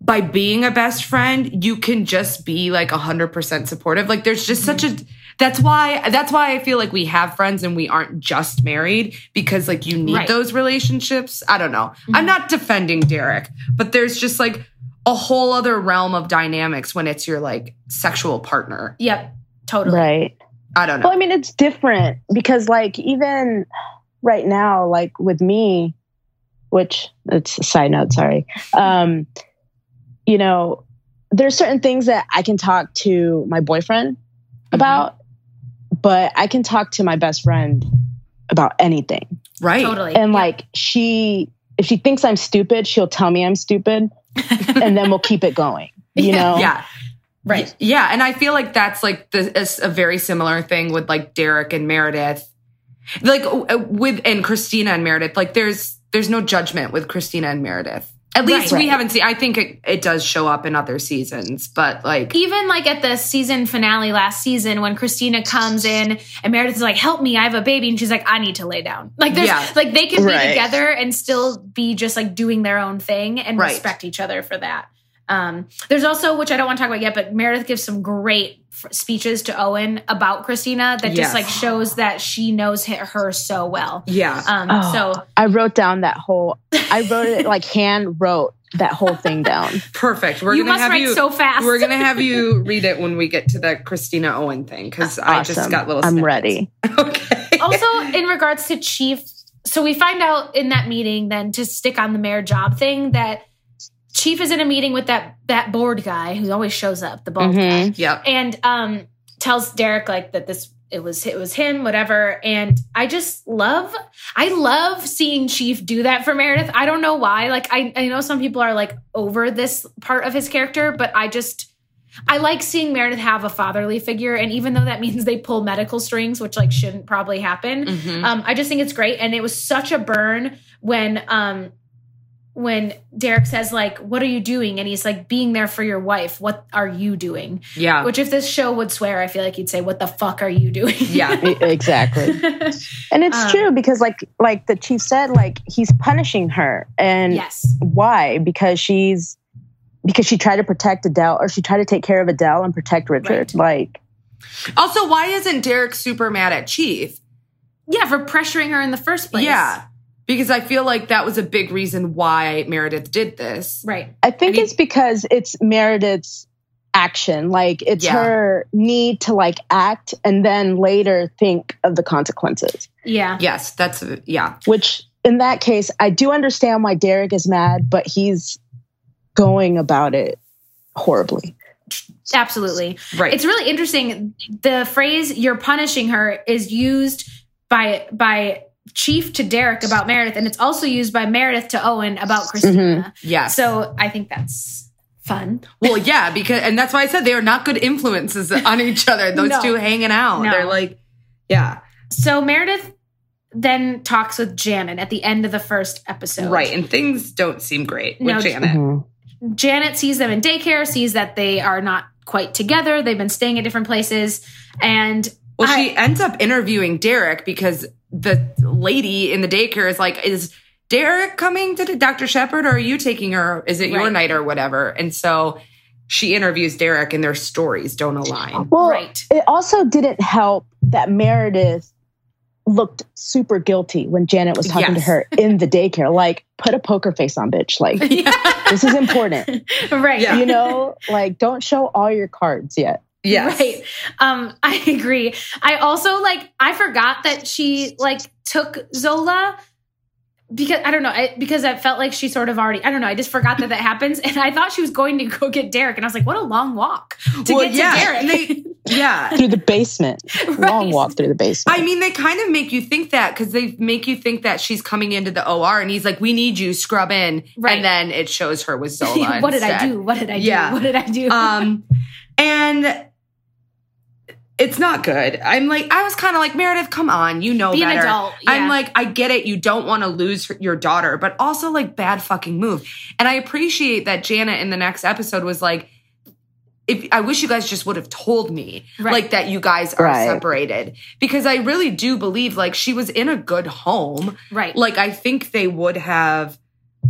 B: by being a best friend, you can just be like hundred percent supportive. Like there's just such a that's why that's why I feel like we have friends and we aren't just married because like you need
A: Right.
B: those relationships. I don't know. I'm
A: Mhm.
B: not defending Derek, but there's just like a whole other realm of dynamics when it's your like sexual partner.
A: Yep, totally.
C: Right.
B: I don't know.
C: Well, I mean, it's different because, like, even right now, like with me, which it's a side note, sorry. Um, you know, there's certain things that I can talk to my boyfriend
A: Mm-hmm.
C: about, but I can talk to my best friend about anything.
B: Right.
A: Totally.
C: And
A: Yep.
C: like, she, if she thinks I'm stupid, she'll tell me I'm stupid, and then we'll keep it going. You
A: Yeah.
C: know,
B: Yeah.
A: right.
B: Yeah. And I feel like that's like the, is a very similar thing with like Derek and Meredith, like uh, with, and Christina and Meredith, like there's, there's no judgment with Christina and Meredith. At least
A: Right.
B: we
C: Right.
B: haven't seen, I think it, it does show up in other seasons, but like,
A: Even like at the season finale last season, when Christina comes in and Meredith is like, "Help me, I have a baby," and she's like, "I need to lay down." Like, there's
B: Yeah.
A: like they can be
C: Right.
A: together and still be just like doing their own thing and
B: Right.
A: respect each other for that. Um, there's also which I don't want to talk about yet, but Meredith gives some great f- speeches to Owen about Christina that
B: Yes.
A: just like shows that she knows hi- her so well.
B: yeah.
A: Um,
C: Oh.
A: so
C: I wrote down that whole, I wrote it like hand wrote that whole thing down.
B: Perfect. We're
A: you
B: going to
A: must
B: have
A: write
B: you.
A: so fast.
B: we're gonna have you read it when we get to the Christina Owen thing because I just
C: Awesome.
B: got little.
C: I'm
B: snippets.
C: ready.
B: Okay.
A: also in regards to chief so we find out in that meeting then to stick on the mayor job thing that chief is in a meeting with that that board guy who always shows up the bald guy
C: Mhm.
B: Yep.
A: and um tells Derek like that this it was it was him whatever and I just love I love seeing Chief do that for Meredith. I don't know why. Like I I know some people are like over this part of his character, but I just I like seeing Meredith have a fatherly figure and even though that means they pull medical strings which like shouldn't probably happen.
B: Mhm.
A: Um I just think it's great and it was such a burn when um when Derek says like what are you doing and he's like being there for your wife. What are you doing?
B: yeah.
A: Which, if this show would swear, I feel like you'd say, "What the fuck are you doing?"
B: yeah.
C: E- exactly. And it's
A: Um,
C: true because like like the chief said like he's punishing her and
A: yes.
C: why? Because she's because she tried to protect Adele or she tried to take care of Adele and protect Richard. Like,
B: Also, why isn't Derek super mad at Chief?
A: Yeah, for pressuring her in the first place.
B: Yeah. Because I feel like that was a big reason why Meredith did this.
A: Right.
C: I think
B: mean-
C: it's because it's Meredith's action. Like, it's
B: Yeah.
C: her need to like act and then later think of the consequences,
A: Yeah.
B: Yes, that's yeah.
C: which in that case, I do understand why Derek is mad, but he's going about it horribly.
A: Absolutely.
B: Right.
A: It's really interesting. The phrase "you're punishing her" is used by by Chief to Derek about Meredith, and it's also used by Meredith to Owen about Christina.
B: Mm-hmm. yes.
A: So I think that's fun.
B: Well, yeah, because and that's why I said they are not good influences on each other. Those
A: No.
B: two hanging out,
A: No.
B: they're like, yeah,
A: So Meredith then talks with Janet at the end of the first episode.
B: right. And things don't seem great with
A: No, Mm-hmm.
B: Janet.
C: Mhm.
A: Janet sees them in daycare, sees that they are not quite together. They've been staying at different places, and
B: Well, she ends up interviewing Derek because the lady in the daycare is like, is Derek coming to the Dr. Shepard or are you taking her? Is it your
A: Right.
B: night or whatever? And so she interviews Derek and their stories don't align.
C: Well,
A: right.
C: it also didn't help that Meredith looked super guilty when Janet was talking
B: Yes.
C: to her in the daycare. Like, put a poker face on, bitch. Like, this is important.
A: right.
B: Yeah.
C: You know, like, don't show all your cards yet.
B: Yes.
A: Right. Um, I agree. I also like I forgot that she like took Zola because I don't know, I, because I felt like she sort of already I don't know, I just forgot that that happens and I thought she was going to go get Derek and I was like, what a long walk to
B: Well,
A: get
B: yeah,
A: to
B: and
A: Derek.
B: they- yeah.
C: Through the basement, long
A: Right.
C: walk through the basement.
B: I mean, they kind of make you think that because they make you think that she's coming into the OR and he's like, we need you, scrub in.
A: Right.
B: And then it shows her with Zola.
A: what did I
B: instead.
A: do? What did I do?
B: Yeah.
A: What did I do?
B: Um, and it's not good. I'm like, I was kind of like, Meredith, come on, you know
A: Be an
B: better.
A: adult, yeah.
B: I'm like, I get it. You don't want to lose her- your daughter, but also like bad fucking move. And I appreciate that Janet in the next episode was like, if, I wish you guys just would have told me
A: Right.
B: like that you guys are
C: Right.
B: separated because I really do believe like she was in a good home.
A: right.
B: Like I think they would have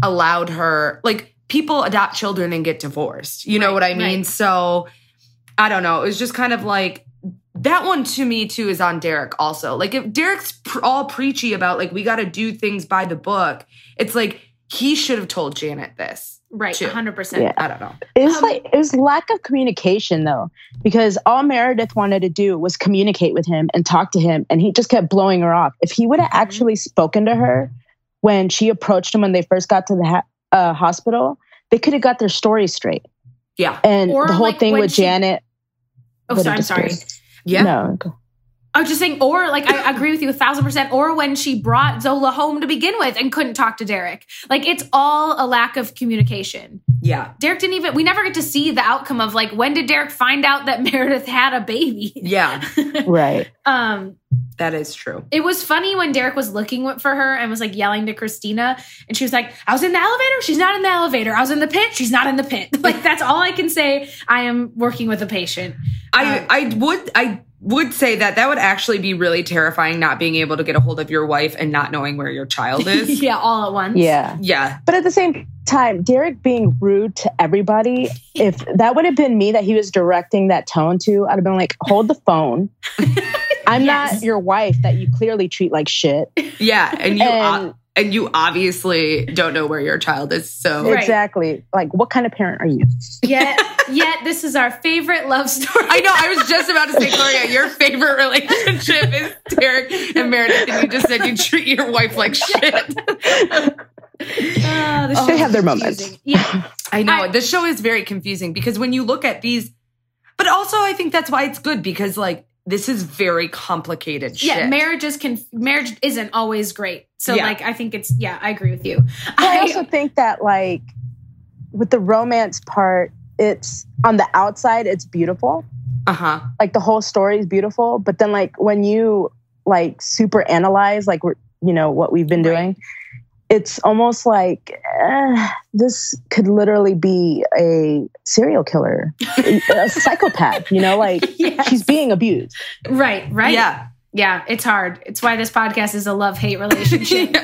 B: allowed her like people adopt children and get divorced. You know
A: Right,
B: what I mean?
A: right.
B: So I don't know. It was just kind of like that one to me too is on Derek also. Like if Derek's pr- all preachy about like we got to do things by the book, it's like he should have told Janet this.
A: right.
B: too.
A: hundred percent.
C: Yeah.
B: I don't know.
C: it was
A: um,
C: like it was lack of communication though, because all Meredith wanted to do was communicate with him and talk to him, and he just kept blowing her off. If he would
A: Mm-hmm.
C: have actually spoken to her when she approached him when they first got to the ha- uh, hospital, they could have got their story straight.
B: Yeah.
C: And
A: Or,
C: the whole
A: like,
C: thing
A: when
C: with
A: she-
C: Janet.
A: Oh
C: would
A: sorry,
C: have
A: I'm
C: just
A: sorry.
C: been-
B: Yeah.
C: No, go-
A: I was just saying, or like I agree with you a thousand percent, or when she brought Zola home to begin with and couldn't talk to Derek. Like it's all a lack of communication.
B: Yeah.
A: Derek didn't even we never get to see the outcome of like when did Derek find out that Meredith had a baby?
B: Yeah.
C: right.
A: Um
B: That is true.
A: it was funny when Derek was looking w- for her and was like yelling to Christina and she was like, I was in the elevator, she's not in the elevator. I was in the pit, she's not in the pit. Like that's all I can say. I am working with a patient.
B: I I would I would say that that would actually be really terrifying not being able to get a hold of your wife and not knowing where your child is.
A: yeah, all at once.
C: Yeah.
B: yeah.
C: But at the same time, Derek being rude to everybody, if that would have been me that he was directing that tone to, I'd have been like, hold the phone. I'm
A: Yes.
C: not your wife that you clearly treat like shit.
B: Yeah, and you
C: And-
B: and, and you obviously don't know where your child is. So
A: Right.
C: Exactly. Like, what kind of parent are you?
A: Yet yet this is our favorite love story.
B: I know I was just about to say, Gloria, your favorite relationship is Derek and Meredith, and you just said you treat your wife like shit.
A: Ah, this
C: They
A: show
C: have
A: is
C: their moments.
A: confusing. Yeah.
B: I know
A: I-
B: this show is very confusing because when you look at these, but also I think that's why it's good because like this is very complicated shit.
A: Yeah, marriage is conf- marriage isn't always great. So
B: Yeah.
A: like I think it's yeah, I agree with you.
C: I
A: I-
C: also think that, like, with the romance part, it's on the outside, it's beautiful.
B: uh huh.
C: like the whole story is beautiful but then like when you like super analyze like we're you know what we've been
A: Right.
C: doing it's almost like eh, this could literally be a serial killer a a psychopath you know like
A: Yes.
C: she's being abused
A: right, right.
B: Yeah.
A: Yeah, it's hard. It's why this podcast is a love hate relationship.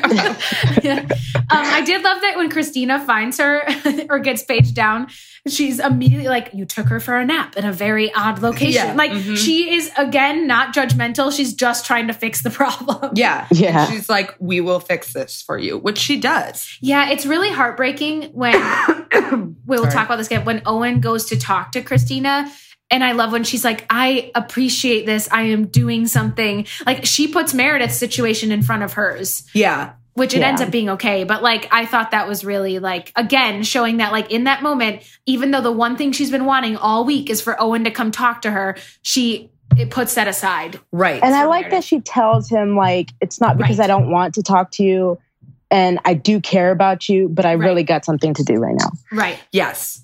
A: Yeah. Um, I did love that when Christina finds her or gets paged down, she's immediately like, You took her for a nap in a very odd location.
E: Yeah,
A: Like,
B: mhm.
A: she is, again, not judgmental. She's just trying to fix the problem.
B: Yeah.
C: Yeah.
B: And she's like, we will fix this for you, which she does.
A: Yeah, it's really heartbreaking when we'll
B: Sorry.
A: talk about this again. When Owen goes to talk to Christina, and I love when she's like, I appreciate this. I am doing something. Like, she puts Meredith's situation in front of hers.
B: Yeah.
A: which it
C: Yeah.
A: ends up being okay. But like, I thought that was really like, again, showing that like in that moment, even though the one thing she's been wanting all week is for Owen to come talk to her, she it puts that aside.
B: Right.
C: and I
A: so
C: like
A: weird.
C: that she tells him like it's not because
A: Right.
C: I don't want to talk to you and I do care about you, but I
A: Right.
C: really got something to do right now.
A: Right.
B: yes.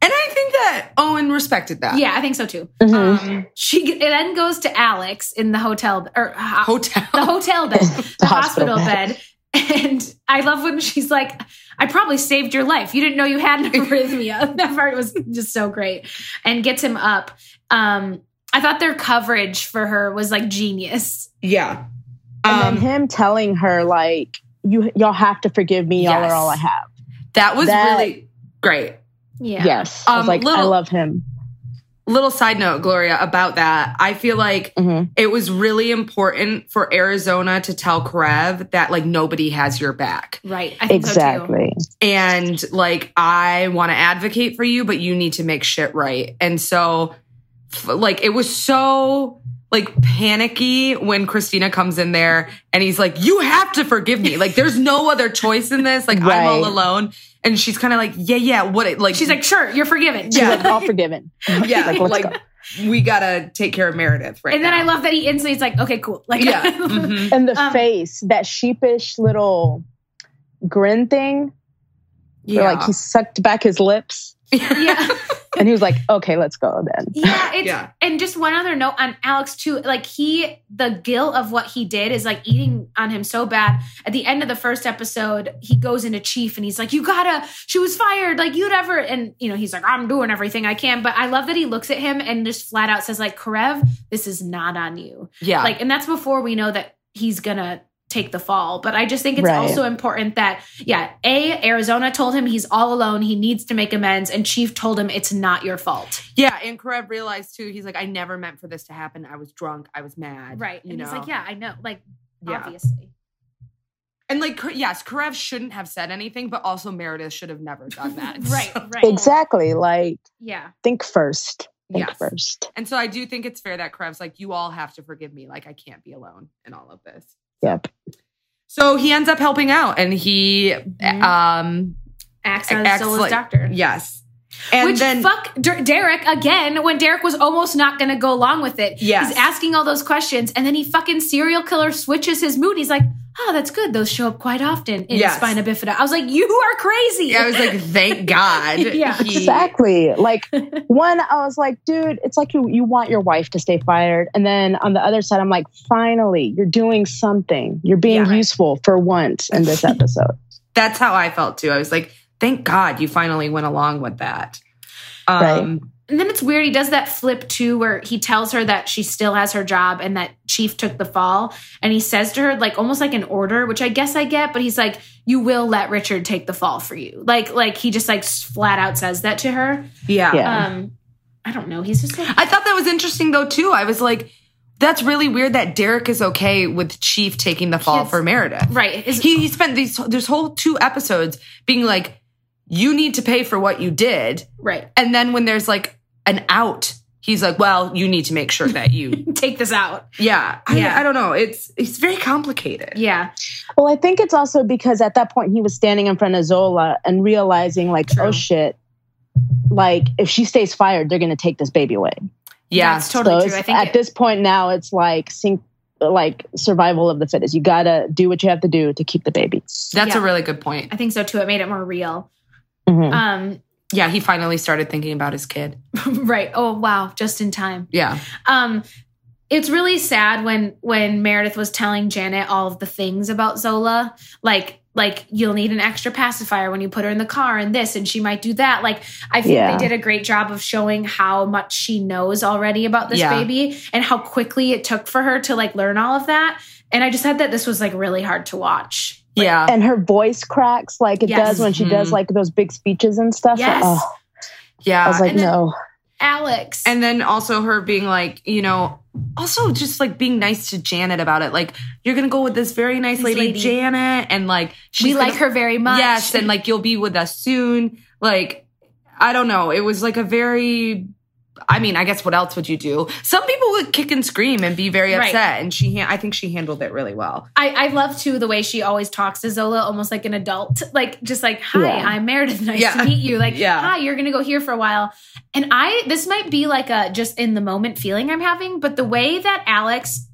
B: And I think that Owen respected that.
A: Yeah, I think so too.
C: Mhm.
A: Um, she it then goes to Alex in the hotel or uh,
B: Hotel.
A: the hotel bed, the, hospital,
C: hospital
A: bed. And I love when she's like, I probably saved your life. You didn't know you had an arrhythmia. that part was just so great. And gets him up. Um, I thought their coverage for her was like genius.
B: yeah.
C: and
B: Um,
C: then him telling her like you y'all have to forgive me, y'all
B: Yes.
C: are all I have.
B: that was
C: that-
B: really great.
A: Yeah.
C: Yes. I
B: Um,
C: was like, I
B: little-
C: love him.
B: Little side note, Gloria, about that. I feel like
C: Mhm.
B: it was really important for Arizona to tell Karev that like nobody has your back.
A: Right. I think so too.
C: Exactly.
B: And like I want to advocate for you, but you need to make shit right. And so f- like it was so like panicky when Christina comes in there and he's like, You have to forgive me. Like there's no other choice in this. Like I'm all
C: Right.
B: alone. And she's kind of like, Yeah, yeah, what it like
A: She's like, sure, you're forgiven.
C: She's
B: Yeah.
C: like, all forgiven.
B: Yeah,
C: like,
B: like,
C: let's go.
B: we gotta take care of Meredith right
A: And then
B: now.
A: I love that he instantly is like, okay, cool. Like
B: Yeah. mhm.
C: And the
A: Um,
C: face, that sheepish little grin thing, where like he sucked back his lips
A: yeah.
C: and he was like, Okay, let's go then.
A: Yeah, it's
B: Yeah.
A: and just one other note on Alex too. Like he, the guilt of what he did is like eating on him so bad. At the end of the first episode, he goes into Chief and he's like, "You gotta." She was fired. Like you'd ever, and you know he's like, "I'm doing everything I can." But I love that he looks at him and just flat out says, "Like Karev, this is not on you."
B: yeah.
A: Like, and that's before we know that he's gonna take the fall. But I just think it's
C: Right.
A: also important that, yeah, A, Arizona told him he's all alone, he needs to make amends, and Chief told him it's not your fault.
B: Yeah, and Karev realized too. He's like, I never meant for this to happen. I was drunk. I was mad.
A: Right.
B: You
A: and
B: know?
A: he's like, yeah, I know. Like,
B: Yeah.
A: obviously.
B: And like, K- yes, Karev shouldn't have said anything, but also Meredith should have never done that.
A: Right,
B: So-
A: right.
C: Exactly. Like,
A: Yeah.
C: think first. Think
B: Yes.
C: first.
B: And so I do think it's fair that Karev's like, you all have to forgive me. Like, I can't be alone in all of this.
C: Yep.
B: So he ends up helping out, and he, um,
A: Acts on Solo's
B: Excellent.
A: doctor.
B: yes, and
A: Which
B: then
A: fuck Der- Derek again when Derek was almost not going to go along with it.
B: Yes.
A: He's asking all those questions and then he fucking serial killer switches his mood. He's like, oh, that's good. Those show up quite often in
B: Yes.
A: spina bifida. I was like, you are crazy.
B: I was like, thank God.
A: Yeah.
B: he-
C: Exactly. Like one, I was like, dude, it's like you you want your wife to stay fired. And then on the other side, I'm like, finally, you're doing something. You're being
B: Yeah, right.
C: useful for once in this episode.
B: that's how I felt too. I was like, thank God you finally went along with that. Um,
C: Right.
A: And then it's weird. He does that flip too, where he tells her that she still has her job and that Chief took the fall. And he says to her, like almost like an order, which I guess I get, but he's like, "You will let Richard take the fall for you." Like, like he just like flat out says that to her.
B: Yeah.
C: Yeah.
A: Um, I don't know. He's just like,
B: I thought that was interesting though too. I was like, that's really weird that Derek is okay with Chief taking the fall
A: Kids-
B: for Meredith.
A: right? Is,
B: He, he spent these this whole two episodes being like, you need to pay for what you did.
A: right.
B: And then when there's like an out, he's like, well, you need to make sure that you
A: Take this out.
B: Yeah. I,
A: Yeah.
B: I don't know. It's it's very complicated.
A: Yeah.
C: Well, I think it's also because at that point he was standing in front of Zola and realizing, like,
A: True.
C: oh shit, like if she stays fired, they're gonna take this baby away.
B: Yeah.
A: That's totally true.
C: so it's-
A: I think
C: at
A: it-
C: this point now, it's like sink, like survival of the fittest. You gotta do what you have to do to keep the baby.
B: That's a
A: Yeah.
B: really good point.
A: I think so too. It made it more real.
C: Mhm.
A: Um,
B: Yeah, he finally started thinking about his kid.
A: right. Oh wow, just in time.
B: Yeah.
A: um it's really sad when when meredith was telling janet all of the things about zola like like you'll need an extra pacifier when you put her in the car and this and she might do that like i think
C: Yeah.
A: they did a great job of showing how much she knows already about this
B: Yeah.
A: baby and how quickly it took for her to like learn all of that and i just had that this was like really hard to watch
B: yeah.
C: and her voice cracks like it
A: Yes. Mm-hmm.
C: does when she does
B: Mhm.
C: like those big speeches and stuff.
A: Yes. Uh,
C: Oh,
B: yeah.
C: I was like,
A: and then-
C: no,
A: alex
B: And then also her being like, you know, also just like being nice to Janet about it. Like, you're gonna go with this very nice
A: This
B: lady,
A: lady.
B: Janet, and like
A: we like
B: gonna-
A: her very much
B: Yes, and like you'll be with us soon. Like, I don't know. It was like a very I mean, I guess what else would you do? Some people would kick and scream and be very
A: Right.
B: upset, and she, han- I think she handled it really well.
A: I, I love too the way she always talks to Zola, almost like an adult, like just like, "Hi,
C: Yeah.
A: I'm Meredith. Nice
B: Yeah.
A: to meet you." Like,
B: Yeah.
A: "Hi, you're gonna go here for a while." And I, this might be like a just in the moment feeling I'm having, but the way that Alex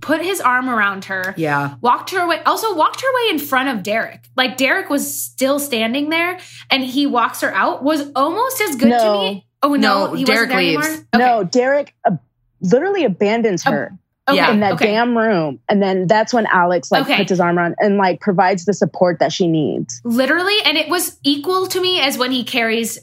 A: put his arm around her,
B: Yeah,
A: walked her away, also walked her away in front of Derek. Like Derek was still standing there, and he walks her out. Was almost as good
C: No.
A: to me. Oh no,
B: No,
A: he wasn't
B: Derek
A: there
B: leaves.
A: Anymore?
C: no, Derek uh, literally abandons
A: Ab-
C: her
A: Okay.
B: Yeah.
C: in that
A: okay.
C: damn room, and then that's when Alex like
A: Okay.
C: puts his arm around and like provides the support that she needs.
A: Literally, and it was equal to me as when he carries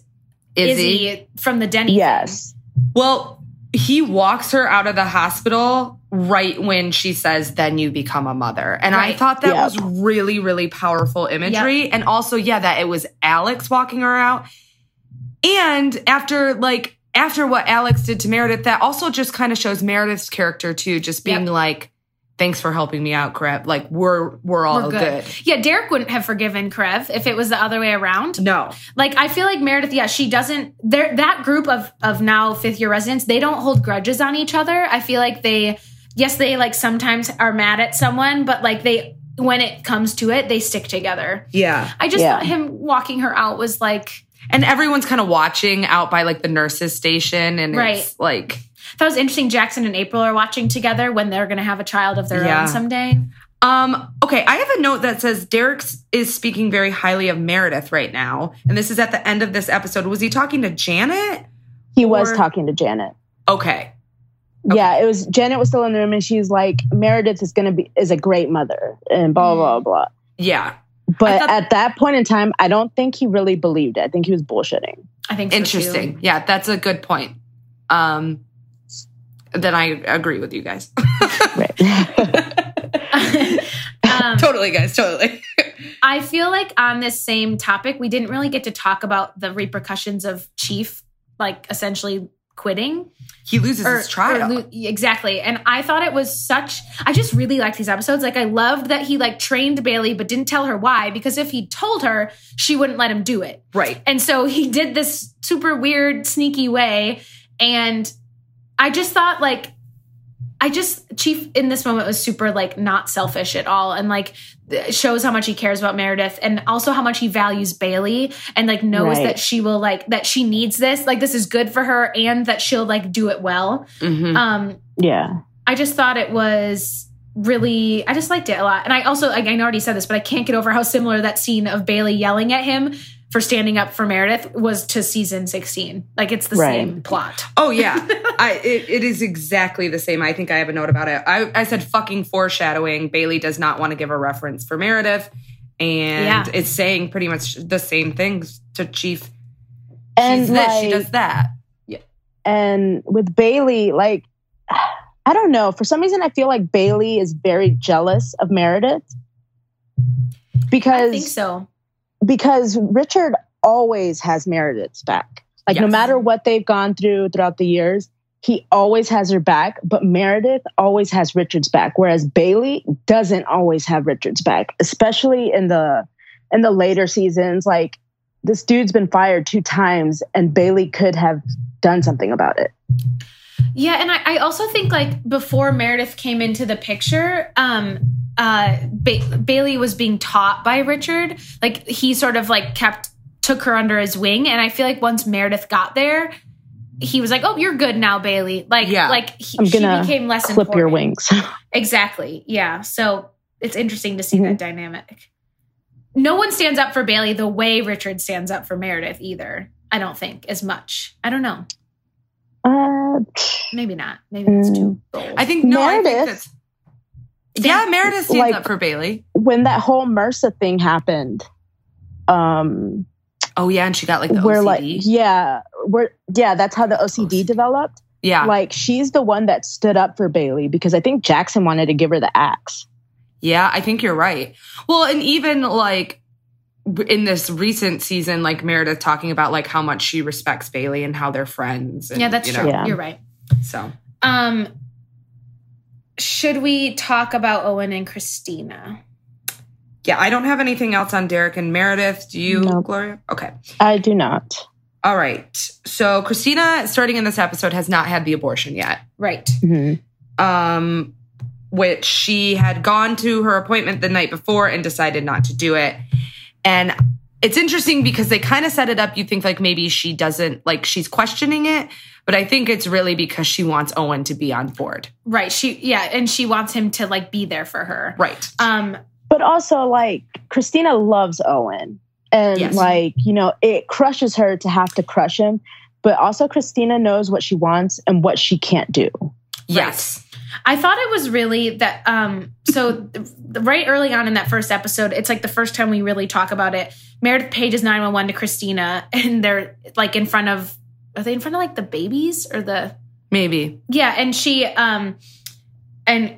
B: Izzy.
A: Izzy, from the Denny.
C: Yes,
B: Well, he walks her out of the hospital right when she says, then you become a mother. And I
A: Right.
B: thought that
C: Yep.
B: was really, really powerful imagery. And also, yeah, that it was Alex walking her out. And after, like, after what Alex did to Meredith, that also just kind of shows Meredith's character too, just being like, thanks for helping me out, Crap. Like, we're, we're all
A: We're
B: Oh, good.
A: good. Yeah, Derek wouldn't have forgiven Krev if it was the other way around.
B: No.
A: Like I feel like Meredith, yeah, she doesn't there that group of of now fifth year residents, they don't hold grudges on each other. I feel like they yes, they like sometimes are mad at someone, but like they when it comes to it, they stick together.
B: Yeah.
A: I just
C: Yeah.
A: thought him walking her out was like
B: And everyone's kind of watching out by like the nurses station. And
A: Right.
B: it's like,
A: that was interesting. Jackson and April are watching together when they're gonna have a child of their
B: Yeah.
A: own someday.
B: Um, okay, I have a note that says Derek is speaking very highly of Meredith right now, and this is at the end of this episode. Was he talking to Janet?
C: he was
B: Or-
C: talking to Janet.
B: Okay.
C: Yeah, it was Janet was still in the room, and she's like, Meredith is gonna be is a great mother, and blah blah blah.
B: Yeah. Mm. I
C: But
B: thought-
C: at that point in time, I don't think he really believed it. I think he was bullshitting.
A: I think so, too.
B: Interesting. Yeah, that's a good point. Um then I agree with you guys.
C: Right.
A: um,
B: totally, guys, totally.
A: I feel like on this same topic, we didn't really get to talk about the repercussions of Chief, like essentially quitting
B: He loses his trial.
A: lo- exactly. And I thought it was such. I just really liked these episodes. Like I loved that he like trained Bailey, but didn't tell her why because if he told her, she wouldn't let him do it.
B: right.
A: And so he did this super weird, sneaky way. And I just thought, like, I just, Chief in this moment was super, like, not selfish at all. And, like, th- shows how much he cares about Meredith and also how much he values Bailey and, like, knows
C: Right.
A: that she will, like, that she needs this. Like, this is good for her and that she'll, like, do it well.
B: Mhm.
A: Um,
C: yeah.
A: I just thought it was really I just liked it a lot. And I also like, I already said this, but I can't get over how similar that scene of Bailey yelling at him for standing up for Meredith was to season 16. Like it's the
C: Right.
A: same plot.
B: Oh yeah, I it, it is exactly the same. I think I have a note about it. I, I said fucking foreshadowing. Bailey does not want to give a reference for Meredith, and
A: Yeah.
B: it's saying pretty much the same things to Chief.
C: And
B: She's this, she
C: like-
B: does that.
C: and with Bailey, like I don't know. For some reason, I feel like Bailey is very jealous of Meredith
A: I
C: because
A: think so.
C: because Richard always has Meredith's back. Like no
B: Yes.
C: matter what they've gone through throughout the years, he always has her back. But Meredith always has Richard's back, whereas Bailey doesn't always have Richard's back, especially in the in the later seasons. Like this dude's been fired two times, and Bailey could have done something about it.
A: Yeah, and I, I also think like before Meredith came into the picture, um uh ba- Bailey was being taught by Richard. Like he sort of like kept took her under his wing and I feel like once Meredith got there, he was like, "Oh, you're good now, Bailey." Like
B: Yeah.
A: like he,
C: I'm
A: she
C: gonna
A: became less
C: Clip your
A: important.
C: wings.
A: Exactly. Yeah. So it's interesting to see
C: Mhm.
A: that dynamic. No one stands up for Bailey the way Richard stands up for Meredith either. I don't think as much. I don't know.
C: Uh,
A: Maybe not. Maybe that's too bold.
C: Mm.
B: I think no, I think
C: Meredith-
B: that's yeah, Meredith stands
C: like-
B: up for Bailey.
C: when that whole MRSA thing happened, um,
B: Oh yeah, and she got like the
C: where
B: OCD.
C: like yeah, we're yeah, that's how the OCD developed.
B: yeah,
C: Like she's the one that stood up for Bailey because I think Jackson wanted to give her the axe.
B: yeah. I think you're right. Well, and even like w- in this recent season, like Meredith talking about like how much she respects Bailey and how they're friends. And,
A: Yeah, that's
B: you
A: true.
B: know,
C: Yeah.
A: You're right.
B: So
A: Um, should we talk about Owen and Christina?
B: yeah, I don't have anything else on Derek and Meredith. Do you,
C: Nope.
B: Gloria? Okay.
C: I do not.
B: All right. So Christina, starting in this episode, has not had the abortion yet.
A: Right.
B: Mm-hmm.
C: Mhm.
B: um, which she had gone to her appointment the night before and decided not to do it. And it's interesting because they kind of set it up. You think like maybe she doesn't like she's questioning it, but I think it's really because she wants Owen to be on board.
A: Right. She yeah, and she wants him to like be there for her.
B: Right.
A: Um,
C: But also, like Christina loves Owen, and
B: Yes.
C: like you know, it crushes her to have to crush him. But also, Christina knows what she wants and what she can't do.
B: Yes.
A: I thought it was really that. Um, so th- right early on in that first episode, it's like the first time we really talk about it. Meredith pages nine one one to Christina, and they're like in front of are they in front of like the babies or the
B: Maybe.
A: yeah? And she um and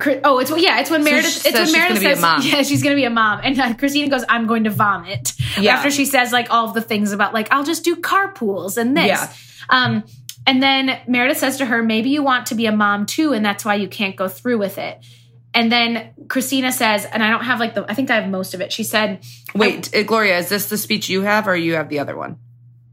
A: Chri- oh, it's yeah, it's when
B: So
A: Meredith
B: she
A: it's
B: says
A: when
B: she's
A: Meredith
B: gonna be a
A: says
B: mom.
A: yeah she's gonna be a mom, and uh, Christina goes I'm going to vomit
B: Yeah.
A: after she says like all of the things about like I'll just do carpools and this.
B: Yeah.
A: Um, and then Meredith says to her, "Maybe you want to be a mom too, and that's why you can't go through with it." And then Christina says, and I don't have like the I think I have most of it. She said,
B: Wait, uh, Gloria, is this the speech you have or you have the other one?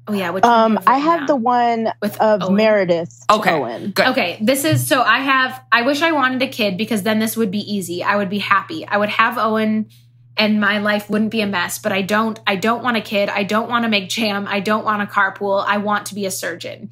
A: "Oh yeah, which one
C: Um,
A: do you
C: I have the
A: written
C: one
A: With
C: of
A: Owen.
C: Meredith. to
B: Okay.
C: Owen.
B: Good.
A: down? Okay, this is so I have I wish I wanted a kid because then this would be easy. I would be happy. I would have Owen and my life wouldn't be a mess, but I don't I don't want a kid. I don't want to make jam. I don't want a carpool. I want to be a surgeon.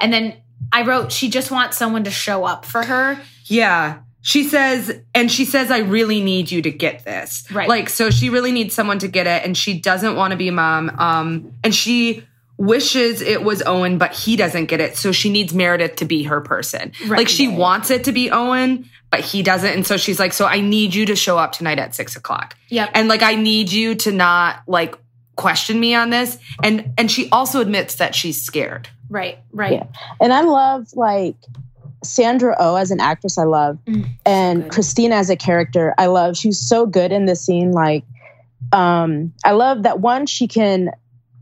A: And then I wrote she just wants someone to show up for her.
B: Yeah. She says, and she says, I really need you to get this.
A: Right.
B: Like, so she really needs someone to get it, and she doesn't want to be a mom. Um, and she wishes it was Owen, but he doesn't get it. So she needs Meredith to be her person.
A: Right.
B: Like, she wants it to be Owen, but he doesn't. And so she's like, So I need you to show up tonight at six o'clock.
A: Yep.
B: And like, I need you to not like question me on this. And and she also admits that she's scared.
A: Right, right.
C: Yeah. And I love like Sandra O oh as an actress, I love,
A: Mm,
C: and
A: good.
C: Christina as a character, I love. She's so good in this scene. Like, um, I love that one. She can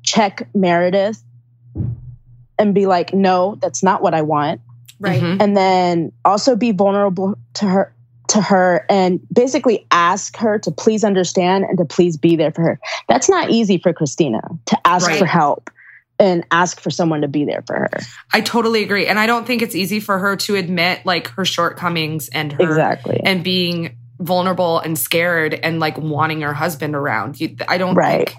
C: check Meredith and be like, "No, that's not what I want,"
A: Right.
B: Mhm.
C: and then also be vulnerable to her. To her and basically ask her to please understand and to please be there for her. That's not easy for Christina to ask
B: Right.
C: for help and ask for someone to be there for her.
B: I totally agree. And I don't think it's easy for her to admit like her shortcomings and her
C: Exactly.
B: and being vulnerable and scared and like wanting her husband around. You, I don't
C: Right.
B: think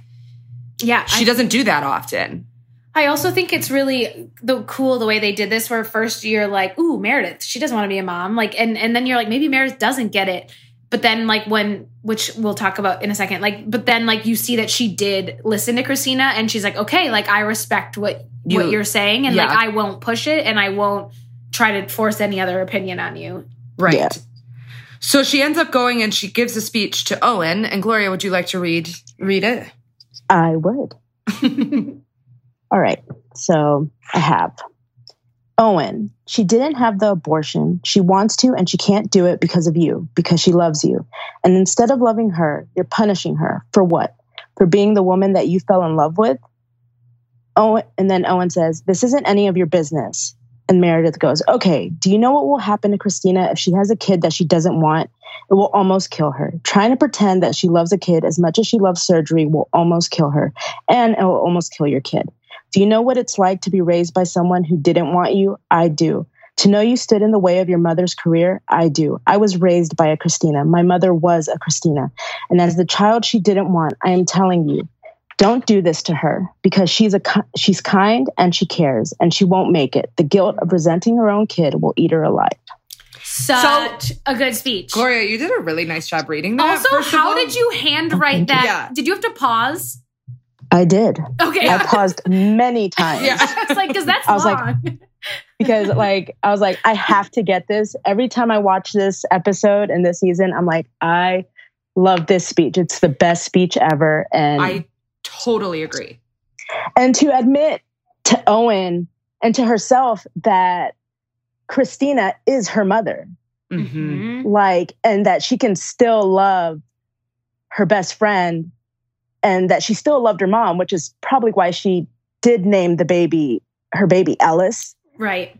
A: Yeah.
B: she doesn't do that often.
A: I, I also think it's really the cool the way they did this where first you're like, ooh, Meredith, she doesn't want to be a mom. Like and and then you're like, maybe Meredith doesn't get it. But then like when which we'll talk about in a second, like but then like you see that she did listen to Christina and she's like, Okay, like I respect what what
B: You-
A: you're saying and like
B: yeah.
A: I won't push it and I won't try to force any other opinion on you.
B: Right.
C: Yeah.
B: So she ends up going and she gives a speech to Owen. And Gloria, would you like to read read it?
C: I would. All right. So I have. Owen, she didn't have the abortion. She wants to, and she can't do it because of you, because she loves you. And instead of loving her, you're punishing her. For what? For being the woman that you fell in love with? Owen, and then Owen says, This isn't any of your business. And Meredith goes, Okay, do you know what will happen to Christina if she has a kid that she doesn't want? It will almost kill her. Trying to pretend that she loves a kid as much as she loves surgery will almost kill her, and it will almost kill your kid. Do you know what it's like to be raised by someone who didn't want you? I do. To know you stood in the way of your mother's career? I do. I was raised by a Christina. My mother was a Christina. And as the child she didn't want, I am telling you, don't do this to her because she's a ki- she's kind and she cares and she won't make it. The guilt of resenting her own kid will eat her alive.
A: Such a good speech.
B: Gloria, you did a really nice job reading that.
A: also,
B: first of
A: how
B: all.
A: did you handwrite that?
B: Yeah.
A: Did you have to pause?
C: I did.
A: Okay.
C: I paused many times.
B: Yeah.
A: it's like because that's
C: I was like,
A: long.
C: because like I was like, I have to get this. Every time I watch this episode and this season, I'm like, I love this speech. It's the best speech ever. And
B: I totally agree.
C: and to admit to Owen and to herself that Christina is her mother.
B: Mhm.
A: Mm-hmm.
C: like and that she can still love her best friend and that she still loved her mom which is probably why she did name the baby her baby Ellis
A: Right.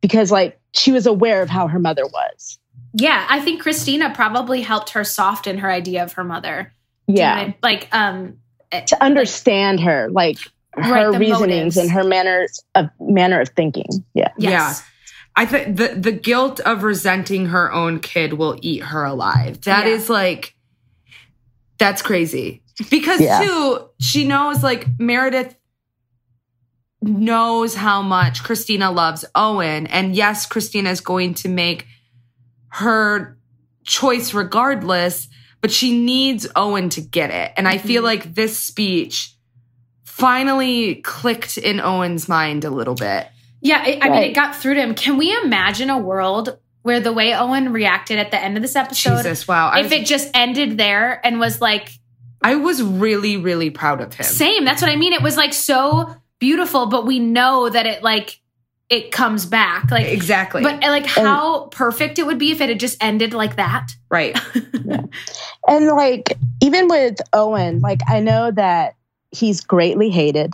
C: because like she was aware of how her mother was
A: Yeah, I think Christina probably helped her soften her idea of her mother. Do you know
C: yeah
A: what I- like um
C: to understand her like
A: Right,
C: her
A: the motives.
C: reasonings and her manners of manner of thinking yeah
A: yes.
B: I think the the guilt of resenting her own kid will eat her alive. That
A: Yeah.
B: is like that's crazy. Because
C: Yeah.
B: too, she knows like Meredith knows how much Christina loves Owen and yes, Christina is going to make her choice regardless, but she needs Owen to get it. And I feel
A: Mhm.
B: like this speech finally clicked in Owen's mind a little bit.
A: Yeah, it, I mean, it
C: Right.
A: got through to him. Can we imagine a world where the way Owen reacted at the end of this episode,
B: Jesus, wow. I
A: if
B: was-
A: it just ended there and was like,
B: I was really, really proud of him.
A: same, that's what I mean. It was like so beautiful, but we know that it like, it comes back. Like,
B: exactly.
A: But like how perfect it would be if it had just ended like that.
B: right.
C: and like even with Owen like I know that he's greatly hated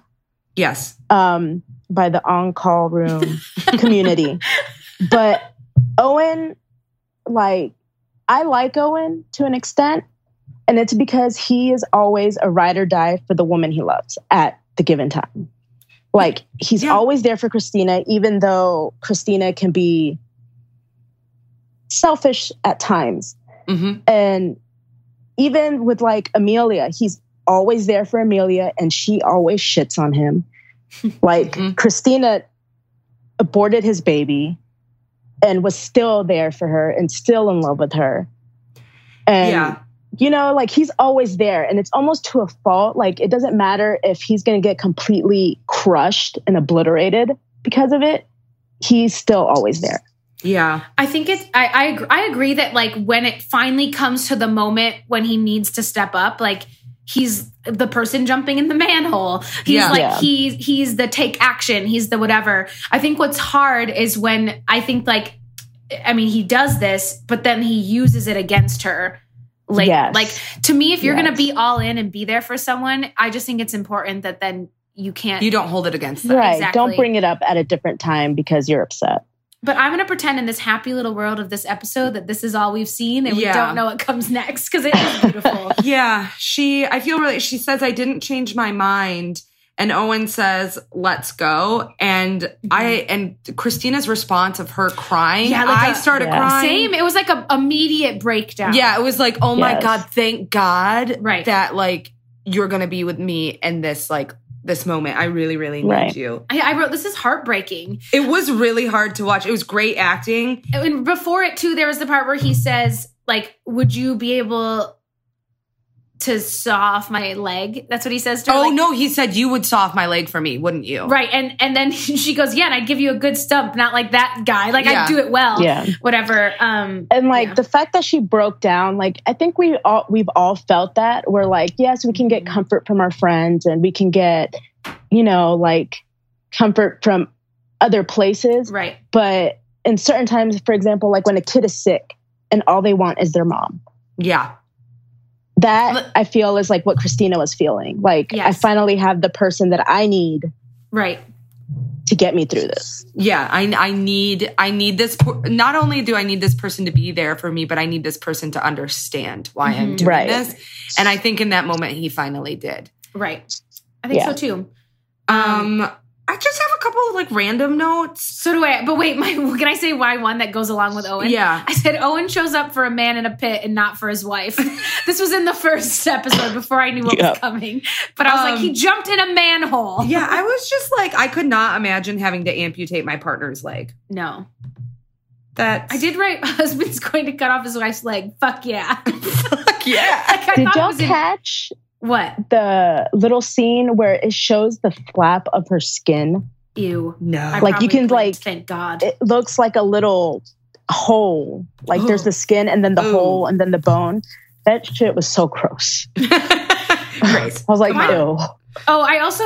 B: Yes.
C: um, by the on call room community. But Owen, like, I like Owen to an extent, and it's because he is always a ride or die for the woman he loves at the given time. Like, he's
B: Yeah.
C: always there for Christina, even though Christina can be selfish at times.
B: hmm
C: And even with like Amelia, he's always there for Amelia and she always shits on him. Like
A: Mm-hmm.
B: Mhm.
C: Christina aborted his baby and was still there for her and still in love with her. And
B: yeah.
C: you know, like he's always there and it's almost to a fault. Like it doesn't matter if he's going to get completely crushed and obliterated because of it. He's still always there.
B: Yeah.
A: I think it's I I agree, I agree that like when it finally comes to the moment when he needs to step up, like he's the person jumping in the manhole. He's
B: Yeah.
A: like
C: Yeah.
A: he's he's the take action. He's the whatever. I think what's hard is when I think like I mean he does this, but then he uses it against her. Like
C: Yes.
A: like to me, if you're gonna
C: Yes.
A: be all in and be there for someone, I just think it's important that then you can't
B: You don't hold it against them.
C: Right.
A: Exactly.
C: Don't bring it up at a different time because you're upset.
A: But I'm going to pretend in this happy little world of this episode that this is all we've seen and
B: Yeah.
A: we don't know what comes next because it is beautiful.
B: Yeah. She, I feel really, she says, I didn't change my mind. And Owen says, let's go. And I, and Christina's response of her crying,
A: Yeah, like
B: I
A: a-
B: started
C: Yeah.
B: crying.
A: Same. It was like a immediate breakdown.
B: Yeah. It was like, oh my
C: Yes.
B: God, thank God
A: Right.
B: that like you're going to be with me in this, like, this moment. I really, really need
C: Right.
B: you.
A: I, I wrote, this is heartbreaking.
B: It was really hard to watch. It was great acting.
A: And before it, too, there was the part where he says, like, would you be able to saw off my leg? That's what he says to her.
B: Oh
A: like-
B: no, he said you would saw off my leg for me, wouldn't you?
A: Right. And and then she goes, yeah, and I'd give you a good stump, not like that guy. Like,
B: Yeah.
A: I'd do it well.
C: Yeah.
A: Whatever. Um,
C: and like
A: Yeah.
C: the fact that she broke down like i think we all we've all felt that we're like yes we can get
A: Mm-hmm.
C: comfort from our friends and we can get you know like comfort from other places
A: right.
C: but in certain times for example like when a kid is sick and all they want is their mom
B: Yeah. But-
C: that i feel is like what christina was feeling like i
A: Yes.
C: finally have the person that i need
A: Right.
C: to get me through this
B: Yeah, I I need I need this per- not only do I need this person to be there for me, but I need this person to understand why I'm
A: Mhm.
B: doing
C: Right.
B: this. And I think in that moment he finally did.
A: Right. I think
C: Yeah.
A: so, too.
B: Um I just have a couple of like random notes.
A: So do I. But wait, my can I say why one that goes along with Owen?
B: Yeah.
A: I said Owen shows up for a man in a pit and not for his wife. this was in the first episode before I knew what
C: Yeah.
A: was coming. But I was like,
B: Um,
A: he jumped in a manhole.
B: Yeah, I was just like I could not imagine having to amputate my partner's leg.
A: No.
B: That
A: I did write husband's going to cut off his wife's leg. Fuck yeah.
B: Yeah.
A: Like, I
C: did
A: thought it
C: y'all
A: was in-
C: catch
A: what?
C: the little scene where it shows the flap of her skin
A: Ew.
F: No.
A: I
C: Like,
A: probably
C: you can,
A: blinked,
C: like-
A: Thank God.
C: it looks like a little hole. Like there's the skin and then the
B: Ooh.
C: hole and then the bone. That shit was so gross.
B: Great.
C: I was like,
A: Come
C: ew.
A: Oh, I also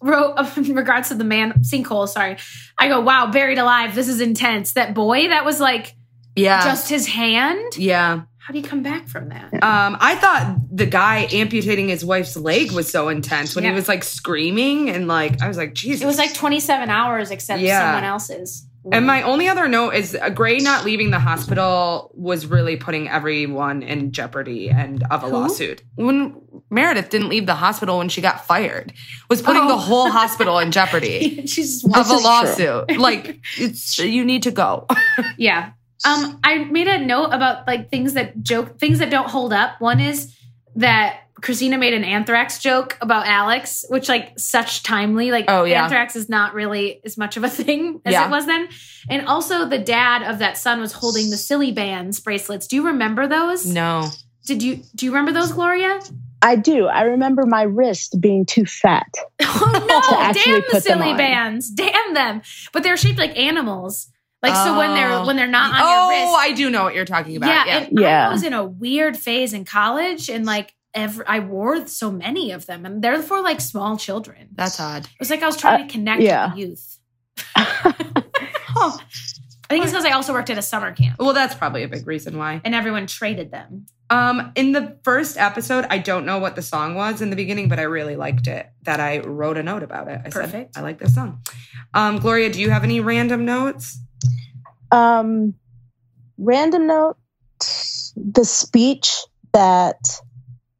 A: wrote uh, in regards to the man sinkhole. Sorry, I go wow, buried alive. This is intense. That boy, that was like
B: Yeah.
A: just his hand.
B: yeah.
A: How do you come back from that?
B: Um, I thought the guy amputating his wife's leg was so intense when
A: Yeah.
B: he was like screaming and like I was like Jesus.
A: It was like 27 hours, except
B: Yeah.
A: someone else's.
B: and my only other note is uh, Gray not leaving the hospital was really putting everyone in jeopardy and of a lawsuit. When Meredith didn't leave the hospital when she got fired, was putting the
A: Oh.
B: whole hospital in jeopardy
A: she's
B: of a
C: is true.
B: lawsuit. Like it's you need to go.
A: yeah. Um, I made a note about like things that joke things that don't hold up. One is that Christina made an anthrax joke about Alex, which like such timely. Like
B: Oh, yeah.
A: anthrax is not really as much of a thing as
B: Yeah.
A: it was then. And also the dad of that son was holding the silly bands bracelets. Do you remember those?
B: No.
A: Did you do you remember those, Gloria?
C: I do. I remember my wrist being too fat.
A: Oh
C: To
A: no!
C: actually
A: Damn the
C: put them
A: silly
C: on.
A: bands! Damn them! But they're shaped like animals. Like so when they're
B: Oh.
A: when they're not on
B: oh,
A: your wrist.
B: I do know what you're talking about.
A: yeah,
B: Yeah.
A: And
C: Yeah.
A: I was in a weird phase in college, and like every, I wore so many of them, and they're for like small children.
B: That's odd.
A: it was like I was trying to connect
C: uh, yeah.
A: with the youth. I think it's because I also worked at a summer camp,
B: Well, that's probably a big reason why.
A: and everyone traded them.
B: Um, in the first episode, I don't know what the song was in the beginning, but I really liked it. That I wrote a note about it. I
A: Perfect.
B: said I like this song. Um, Gloria, do you have any random notes?
C: Um, random note: the speech that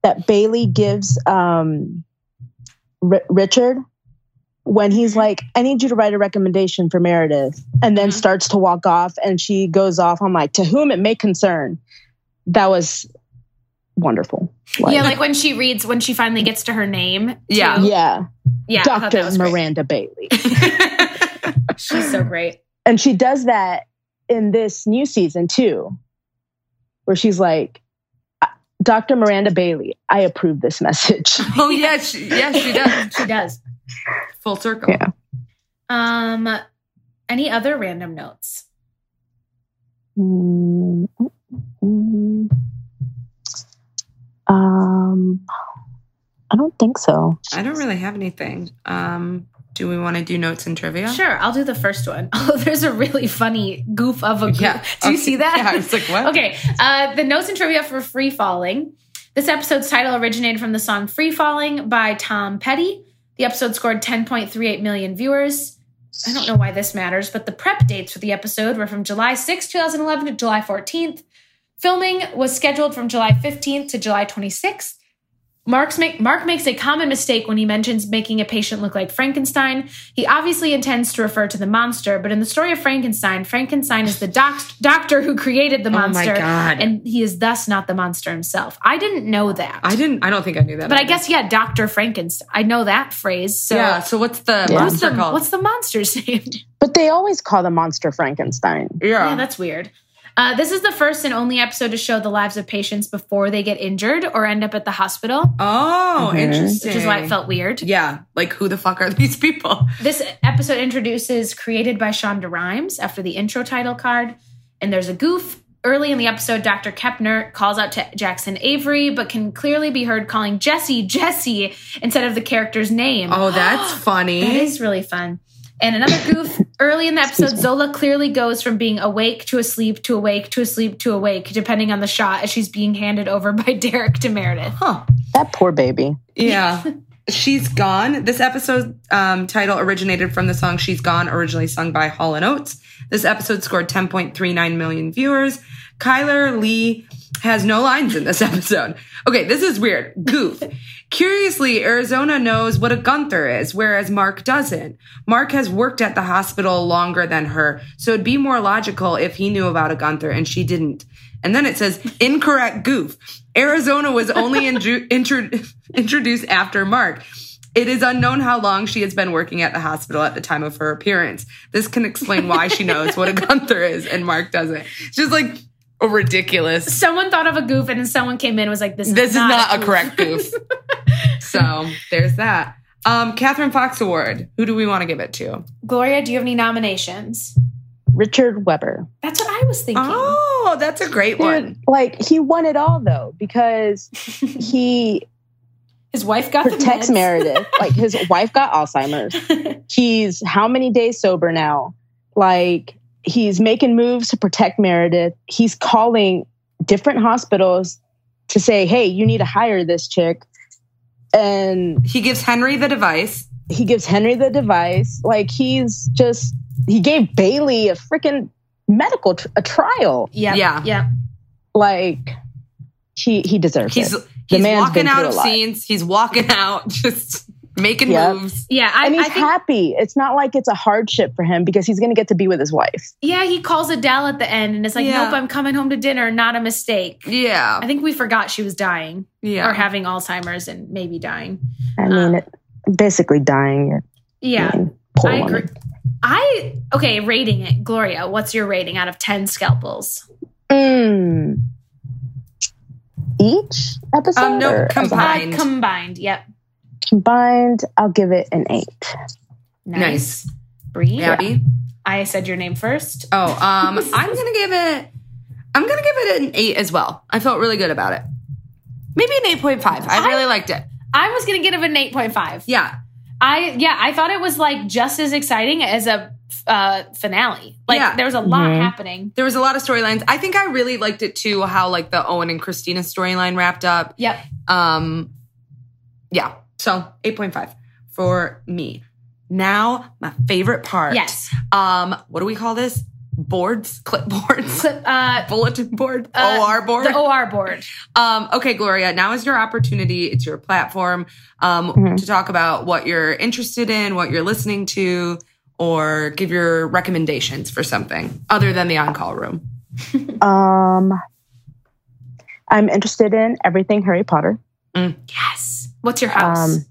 C: that Bailey gives um, Ri Richard when
A: Mm-hmm.
C: he's like, "I need you to write a recommendation for Meredith," and then
A: Mhm.
C: starts to walk off, and she goes off. I'm like, "To whom it may concern." That was wonderful. Like,
A: yeah, like when she reads when she finally gets to her name.
B: Yeah.
A: too.
C: yeah,
A: yeah. I thought that
C: Doctor
A: was great.
C: Miranda Bailey.
A: She's so great.
C: And she does that in this new season too, where she's like, Dr. Miranda Bailey, I approve this message.
B: oh yeah, she, yeah, she does.
A: She does.
B: Full circle.
C: Yeah.
A: Um, any other random notes?
C: Mm, mm, Um, I don't think so.
B: I don't really have anything. Um, do we want to do notes and trivia?
A: Sure, I'll do the first one. Oh, there's a really funny goof of a goof.
B: Yeah.
A: Do you
B: Okay.
A: see that?
B: Yeah, I was like, what?
A: okay. Uh, the notes and trivia for Free Falling. This episode's title originated from the song Free Falling by Tom Petty. The episode scored 10.38 million viewers. I don't know why this matters, but the prep dates for the episode were from July 6, 2011 to July 14th. Filming was scheduled from July 15th to July 26th. Mark's make, Mark makes a common mistake when he mentions making a patient look like Frankenstein. He obviously intends to refer to the monster, but in the story of Frankenstein, Frankenstein is the doc- doctor who created the
B: Oh my
A: monster,
B: God.
A: and he is thus not the monster himself. I didn't know that,
B: I didn't. I don't think I knew that.
A: but I
B: either.
A: guess yeah, Doctor Frankenstein. I know that phrase. So
B: yeah. So what's the
C: Yeah.
A: what's
B: monster
A: the
B: called?
A: what's the monster's name?
C: But they always call the monster Frankenstein.
B: yeah.
A: Yeah, that's weird. Uh, this is the first and only episode to show the lives of patients before they get injured or end up at the hospital,
B: oh,
C: Mhm.
B: interesting.
A: which is why it felt weird.
B: Yeah. Like who the fuck are these people?
A: This episode introduces created by Shonda Rhimes after the intro title card, and there's a goof. Early in the episode, Dr. Kepner calls out to Jackson Avery, but can clearly be heard calling Jesse Jesse instead of the character's name.
B: Oh, that's funny.
A: That is really fun. And another goof early in the episode, Zola clearly goes from being awake to asleep to awake to asleep to awake, depending on the shot as she's being handed over by Derek to Meredith.
B: huh.
C: That poor baby.
B: Yeah. She's Gone. This episode um, title originated from the song She's Gone, originally sung by Hall and Oates. This episode scored 10.39 million viewers. Kyler Lee has no lines in this episode. Okay, this is weird. Goof. Curiously, Arizona knows what a Gunther is, whereas Mark doesn't. Mark has worked at the hospital longer than her, so it'd be more logical if he knew about a Gunther and she didn't. And then it says incorrect goof. Arizona was only indru- intro- introduced after Mark. It is unknown how long she has been working at the hospital at the time of her appearance. This can explain why she knows what a Gunther is and Mark doesn't. It's just like a ridiculous.
A: Someone thought of a goof, and then someone came in and was like, This is
B: This is
A: not,
B: not a
A: goof.
B: correct goof. so there's that. Um, Catherine Fox Award. Who do we want to give it to?
A: Gloria, do you have any nominations?
C: Richard Weber.
A: That's what I was thinking.
B: Oh, that's a great one.
C: Dude, like he won it all though because he
A: His wife got
C: protects
A: the meds.
C: Meredith. Like his wife got Alzheimer's. He's how many days sober now? Like he's making moves to protect Meredith. He's calling different hospitals to say, "Hey, you need to hire this chick." And
B: He gives Henry the device.
C: he gives Henry the device. Like he's just he gave Bailey a freaking medical tr- a trial.
A: Yeah.
B: Yeah.
A: Yeah.
C: Like he he deserves
B: He's
C: it. The
B: he's
C: man's
B: walking
C: been
B: out
C: through
B: of
C: a lot.
B: scenes. He's walking out, just making
C: Yep.
B: moves.
A: Yeah. I,
C: And he's
A: I think
C: happy. It's not like it's a hardship for him because he's going to get to be with his wife.
A: yeah, he calls Adele at the end and it's like,
B: Yeah.
A: Nope, I'm coming home to dinner, not a mistake. I
B: Yeah.
A: think we forgot she was dying
B: Yeah.
A: or having Alzheimer's and maybe dying.
C: I mean,
A: Um,
C: it, basically dying.
A: Yeah.
C: I mean, poor
A: I
C: woman.
A: agree. I okay, rating it. Gloria, what's your rating out of 10 scalpels?
C: Mm. Each episode,
B: Um, no,
C: or as a
B: combined.
C: whole?
A: Uh, combined. Yep.
C: combined, I'll give it an eight.
B: nice.
A: Bree,
B: Abby.
A: I said your name first.
B: Oh, um, I'm gonna give it. I'm gonna give it an eight as well. I felt really good about it. Maybe an eight point five. I really liked it.
A: I was gonna give it an 8.5.
B: Yeah,
A: I yeah, I thought it was like just as exciting as a uh, finale. Like
B: Yeah.
A: there was a lot
C: Mhm.
A: happening.
B: there was a lot of storylines. I think I really liked it too. How like the Owen and Christina storyline wrapped up.
A: Yep.
B: Um, yeah. So eight point five for me. Now my favorite part.
A: Yes.
B: Um, what do we call this? Boards, clipboards,
A: Clip, uh,
B: bulletin board,
A: Uh,
B: OR board.
A: the OR board.
B: Um, okay, Gloria, now is your opportunity. It's your platform um,
A: Mm-hmm.
C: Mhm.
B: to talk about what you're interested in, what you're listening to, or give your recommendations for something other than the on call room.
C: Um, I'm interested in everything Harry Potter,
A: Yes. What's your house?
C: Um,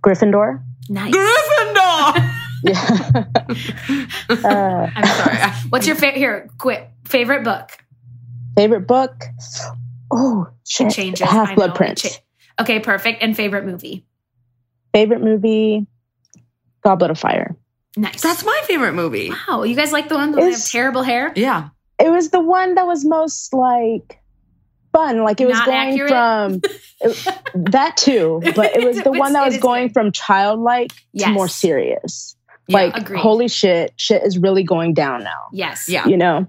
C: Gryffindor.
A: nice.
B: Gryffindor!
C: Yeah. uh,
A: I'm sorry.
B: Sorry. I-
A: What's your favorite? Here, quit. Favorite book?
C: favorite book. Oh shit!
A: It changes. I
C: Half
A: know.
C: Blood
A: It
C: Prince.
A: cha- okay, perfect. And favorite movie?
C: favorite movie. Goblet of Fire.
A: Nice.
B: That's my favorite movie.
A: wow. You guys like the ones that have
C: It's-
A: terrible hair?
B: Yeah.
C: it was the one that was most like fun like it was
A: Not
C: going
A: accurate?
C: from it- that too but it was the
A: It
C: one that
A: was-
C: was
A: it is
C: going
A: good.
C: from childlike
A: Yes.
C: to more serious
B: Yeah.
C: like
A: agreed.
C: holy shit shit is really going down now
A: Yes.
B: Yeah.
C: you know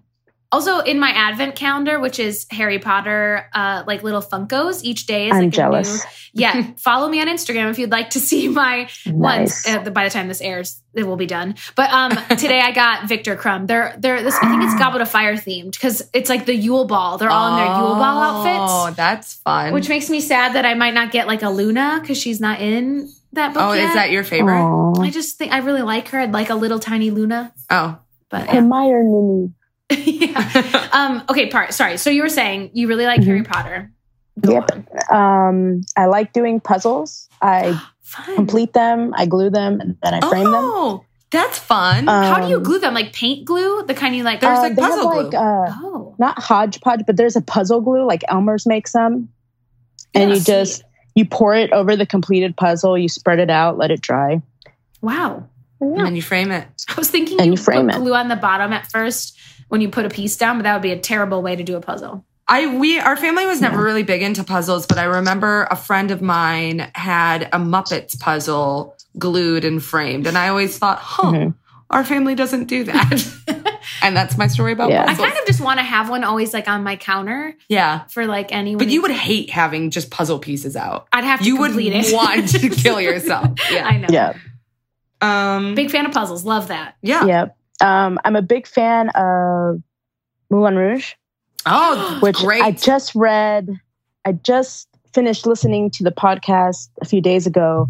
A: Also, in my advent calendar, which is Harry Potter, uh, like little Funkos, each day is
C: i'm
A: like a
C: jealous
A: new. Yeah. follow me on Instagram if you'd like to see my once
C: nice
A: uh, by the time this airs it will be done but um today i got victor crumb they're they're this i think it's goblet of fire themed because it's like the yule ball they're all in their yule ball outfits
B: Oh, that's fun.
A: which makes me sad that i might not get like a luna because she's not in that book
B: oh,
A: yet.
B: is that your favorite?
C: Aw.
A: i just think i really like her i'd like a little tiny luna
B: Oh.
A: but
C: admire Nini.
A: yeah um okay part sorry so you were saying you really like
C: Mhm.
A: harry potter
C: Yep.
A: on.
C: um i like doing puzzles i
A: fun
C: complete them i glue them and then i frame them
B: Oh, that's fun.
C: Uh,
A: Oh, how do you
C: um,
A: glue them like paint glue the kind you like
B: There's
C: Uh,
B: like
C: they have,
B: puzzle glue.
C: like, uh,
A: oh
C: not hodgepodge, but there's a puzzle glue like Elmer's makes them, and
A: Yeah,
C: you just you pour it over the completed puzzle, you spread it out, let it dry.
A: wow
B: and then you frame it.
A: I was thinking
C: And
A: you,
C: you frame
A: put
C: it.
A: glue on the bottom at first when you put a piece down, but that would be a terrible way to do a puzzle.
B: I we our family was never really big into puzzles, but I remember a friend of mine had a Muppets puzzle glued and framed, and I always thought, huh,
C: Mhm.
B: our family doesn't do that. and that's my story about
C: Yeah.
A: I
B: puzzles.
A: kind of just want to have one always like on my counter
B: yeah,
A: for like anyone.
B: but you would hate having just puzzle pieces out.
A: I'd have to
B: You would
A: complete it.
B: want to kill yourself. Yeah.
A: I know.
C: Yeah,
B: Um.
A: Big fan of puzzles. Love that.
B: yeah.
C: yeah. Um, I'm a big fan of Moulin Rouge,
B: Oh,
C: which
B: great.
C: I just read. I just finished listening to the podcast a few days ago.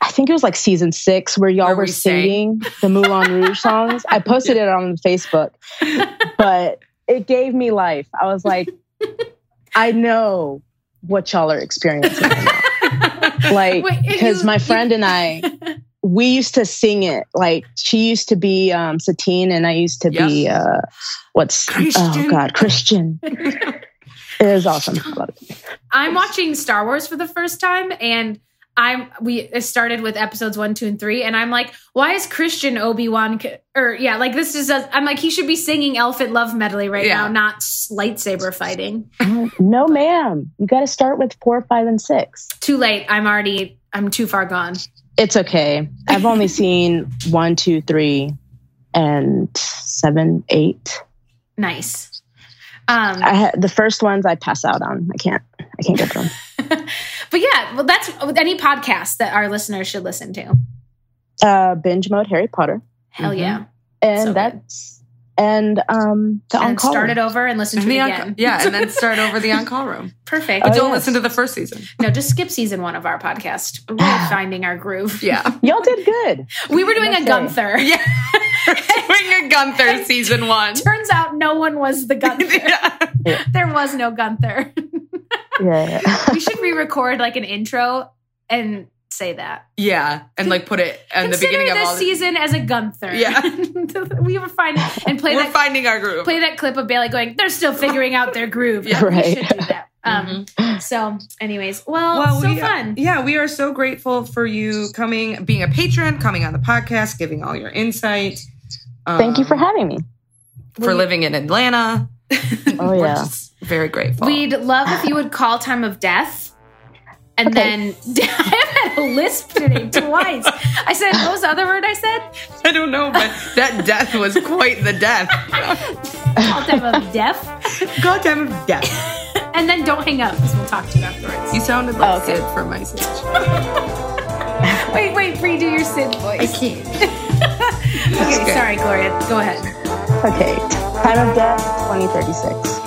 C: I think it was like season six where y'all
B: Where
C: were
B: we sang.
C: singing the Moulin Rouge songs. I posted it on Facebook, but it gave me life. I was like, I know what y'all are experiencing. right now. like,
A: Wait, if
C: because
A: you-
C: my
A: you-
C: friend and I, we used to sing it. Like, she used to be um, Satine, and I used to be
B: Yes.
C: uh, what's
B: Christian.
C: oh god, Christian. it was awesome. I love it.
A: I'm watching Star Wars for the first time and I'm we it started with episodes one, two, and three, and I'm like, why is Christian Obi Wan or yeah, like this is i I'm like he should be singing Elephant Love Medley right
B: Yeah.
A: now, not s- lightsaber fighting.
C: no, ma'am. You got to start with four, five, and six.
A: Too late. I'm already I'm too far gone.
C: It's okay. I've only seen one, two, three, and seven, eight.
A: Nice. Um,
C: I ha- the first ones I pass out on. I can't. I can't get them.
A: but yeah, well, that's with any podcast that our listeners should listen to.
C: Uh, binge mode Harry Potter,
A: Hell
B: Mm-hmm.
A: yeah!
C: and
A: So good.
C: that's and um the on
A: And
C: call.
A: start it over and listen to
B: The
A: it
B: on-
A: again.
B: yeah, Uh, and then start over the on call room.
A: Perfect.
C: Oh,
B: But don't
C: yes.
B: listen to the first season.
A: No, just skip season one of our podcast. We're finding our groove.
B: Yeah.
C: Y'all did good.
A: We were doing a
C: Okay.
A: Gunther.
B: Yeah. Doing a Gunther season one.
A: Turns out no one was the Gunther.
B: Yeah.
A: there was no Gunther.
C: Yeah.
A: we should re-record like an intro and say that.
B: Yeah. And like put it in the
A: Consider
B: beginning of
A: this
B: all the
A: season as a Gunther.
B: Yeah.
A: we were fine and play
B: We're
A: that
B: finding our groove.
A: play that clip of Bailey going, they're still figuring out their groove.
B: Yeah. Mm-hmm.
A: We should
C: Right.
A: do that. Um, So, anyways, well, so
B: we, uh,
A: fun.
B: Yeah, we are so grateful for you coming, being a patron, coming on the podcast, giving all your insight. Um,
C: Thank you for having me.
B: for living in Atlanta.
C: Oh,
B: We're
C: yeah.
B: just very grateful.
A: We'd love if you would call time of death. And
C: Okay.
A: then I had a lisp today twice. I said, what was the other word I said?
B: I don't know, but that death was quite the death.
A: Call time of death.
B: God damn it, death.
A: And then don't hang up because we'll talk to you afterwards.
B: You sounded like
C: Oh, okay.
B: Sid from my age.
A: Wait, wait, redo your Sid voice. Okay,
B: good.
A: sorry, Gloria. Go ahead.
C: Okay. Time of death, 2036.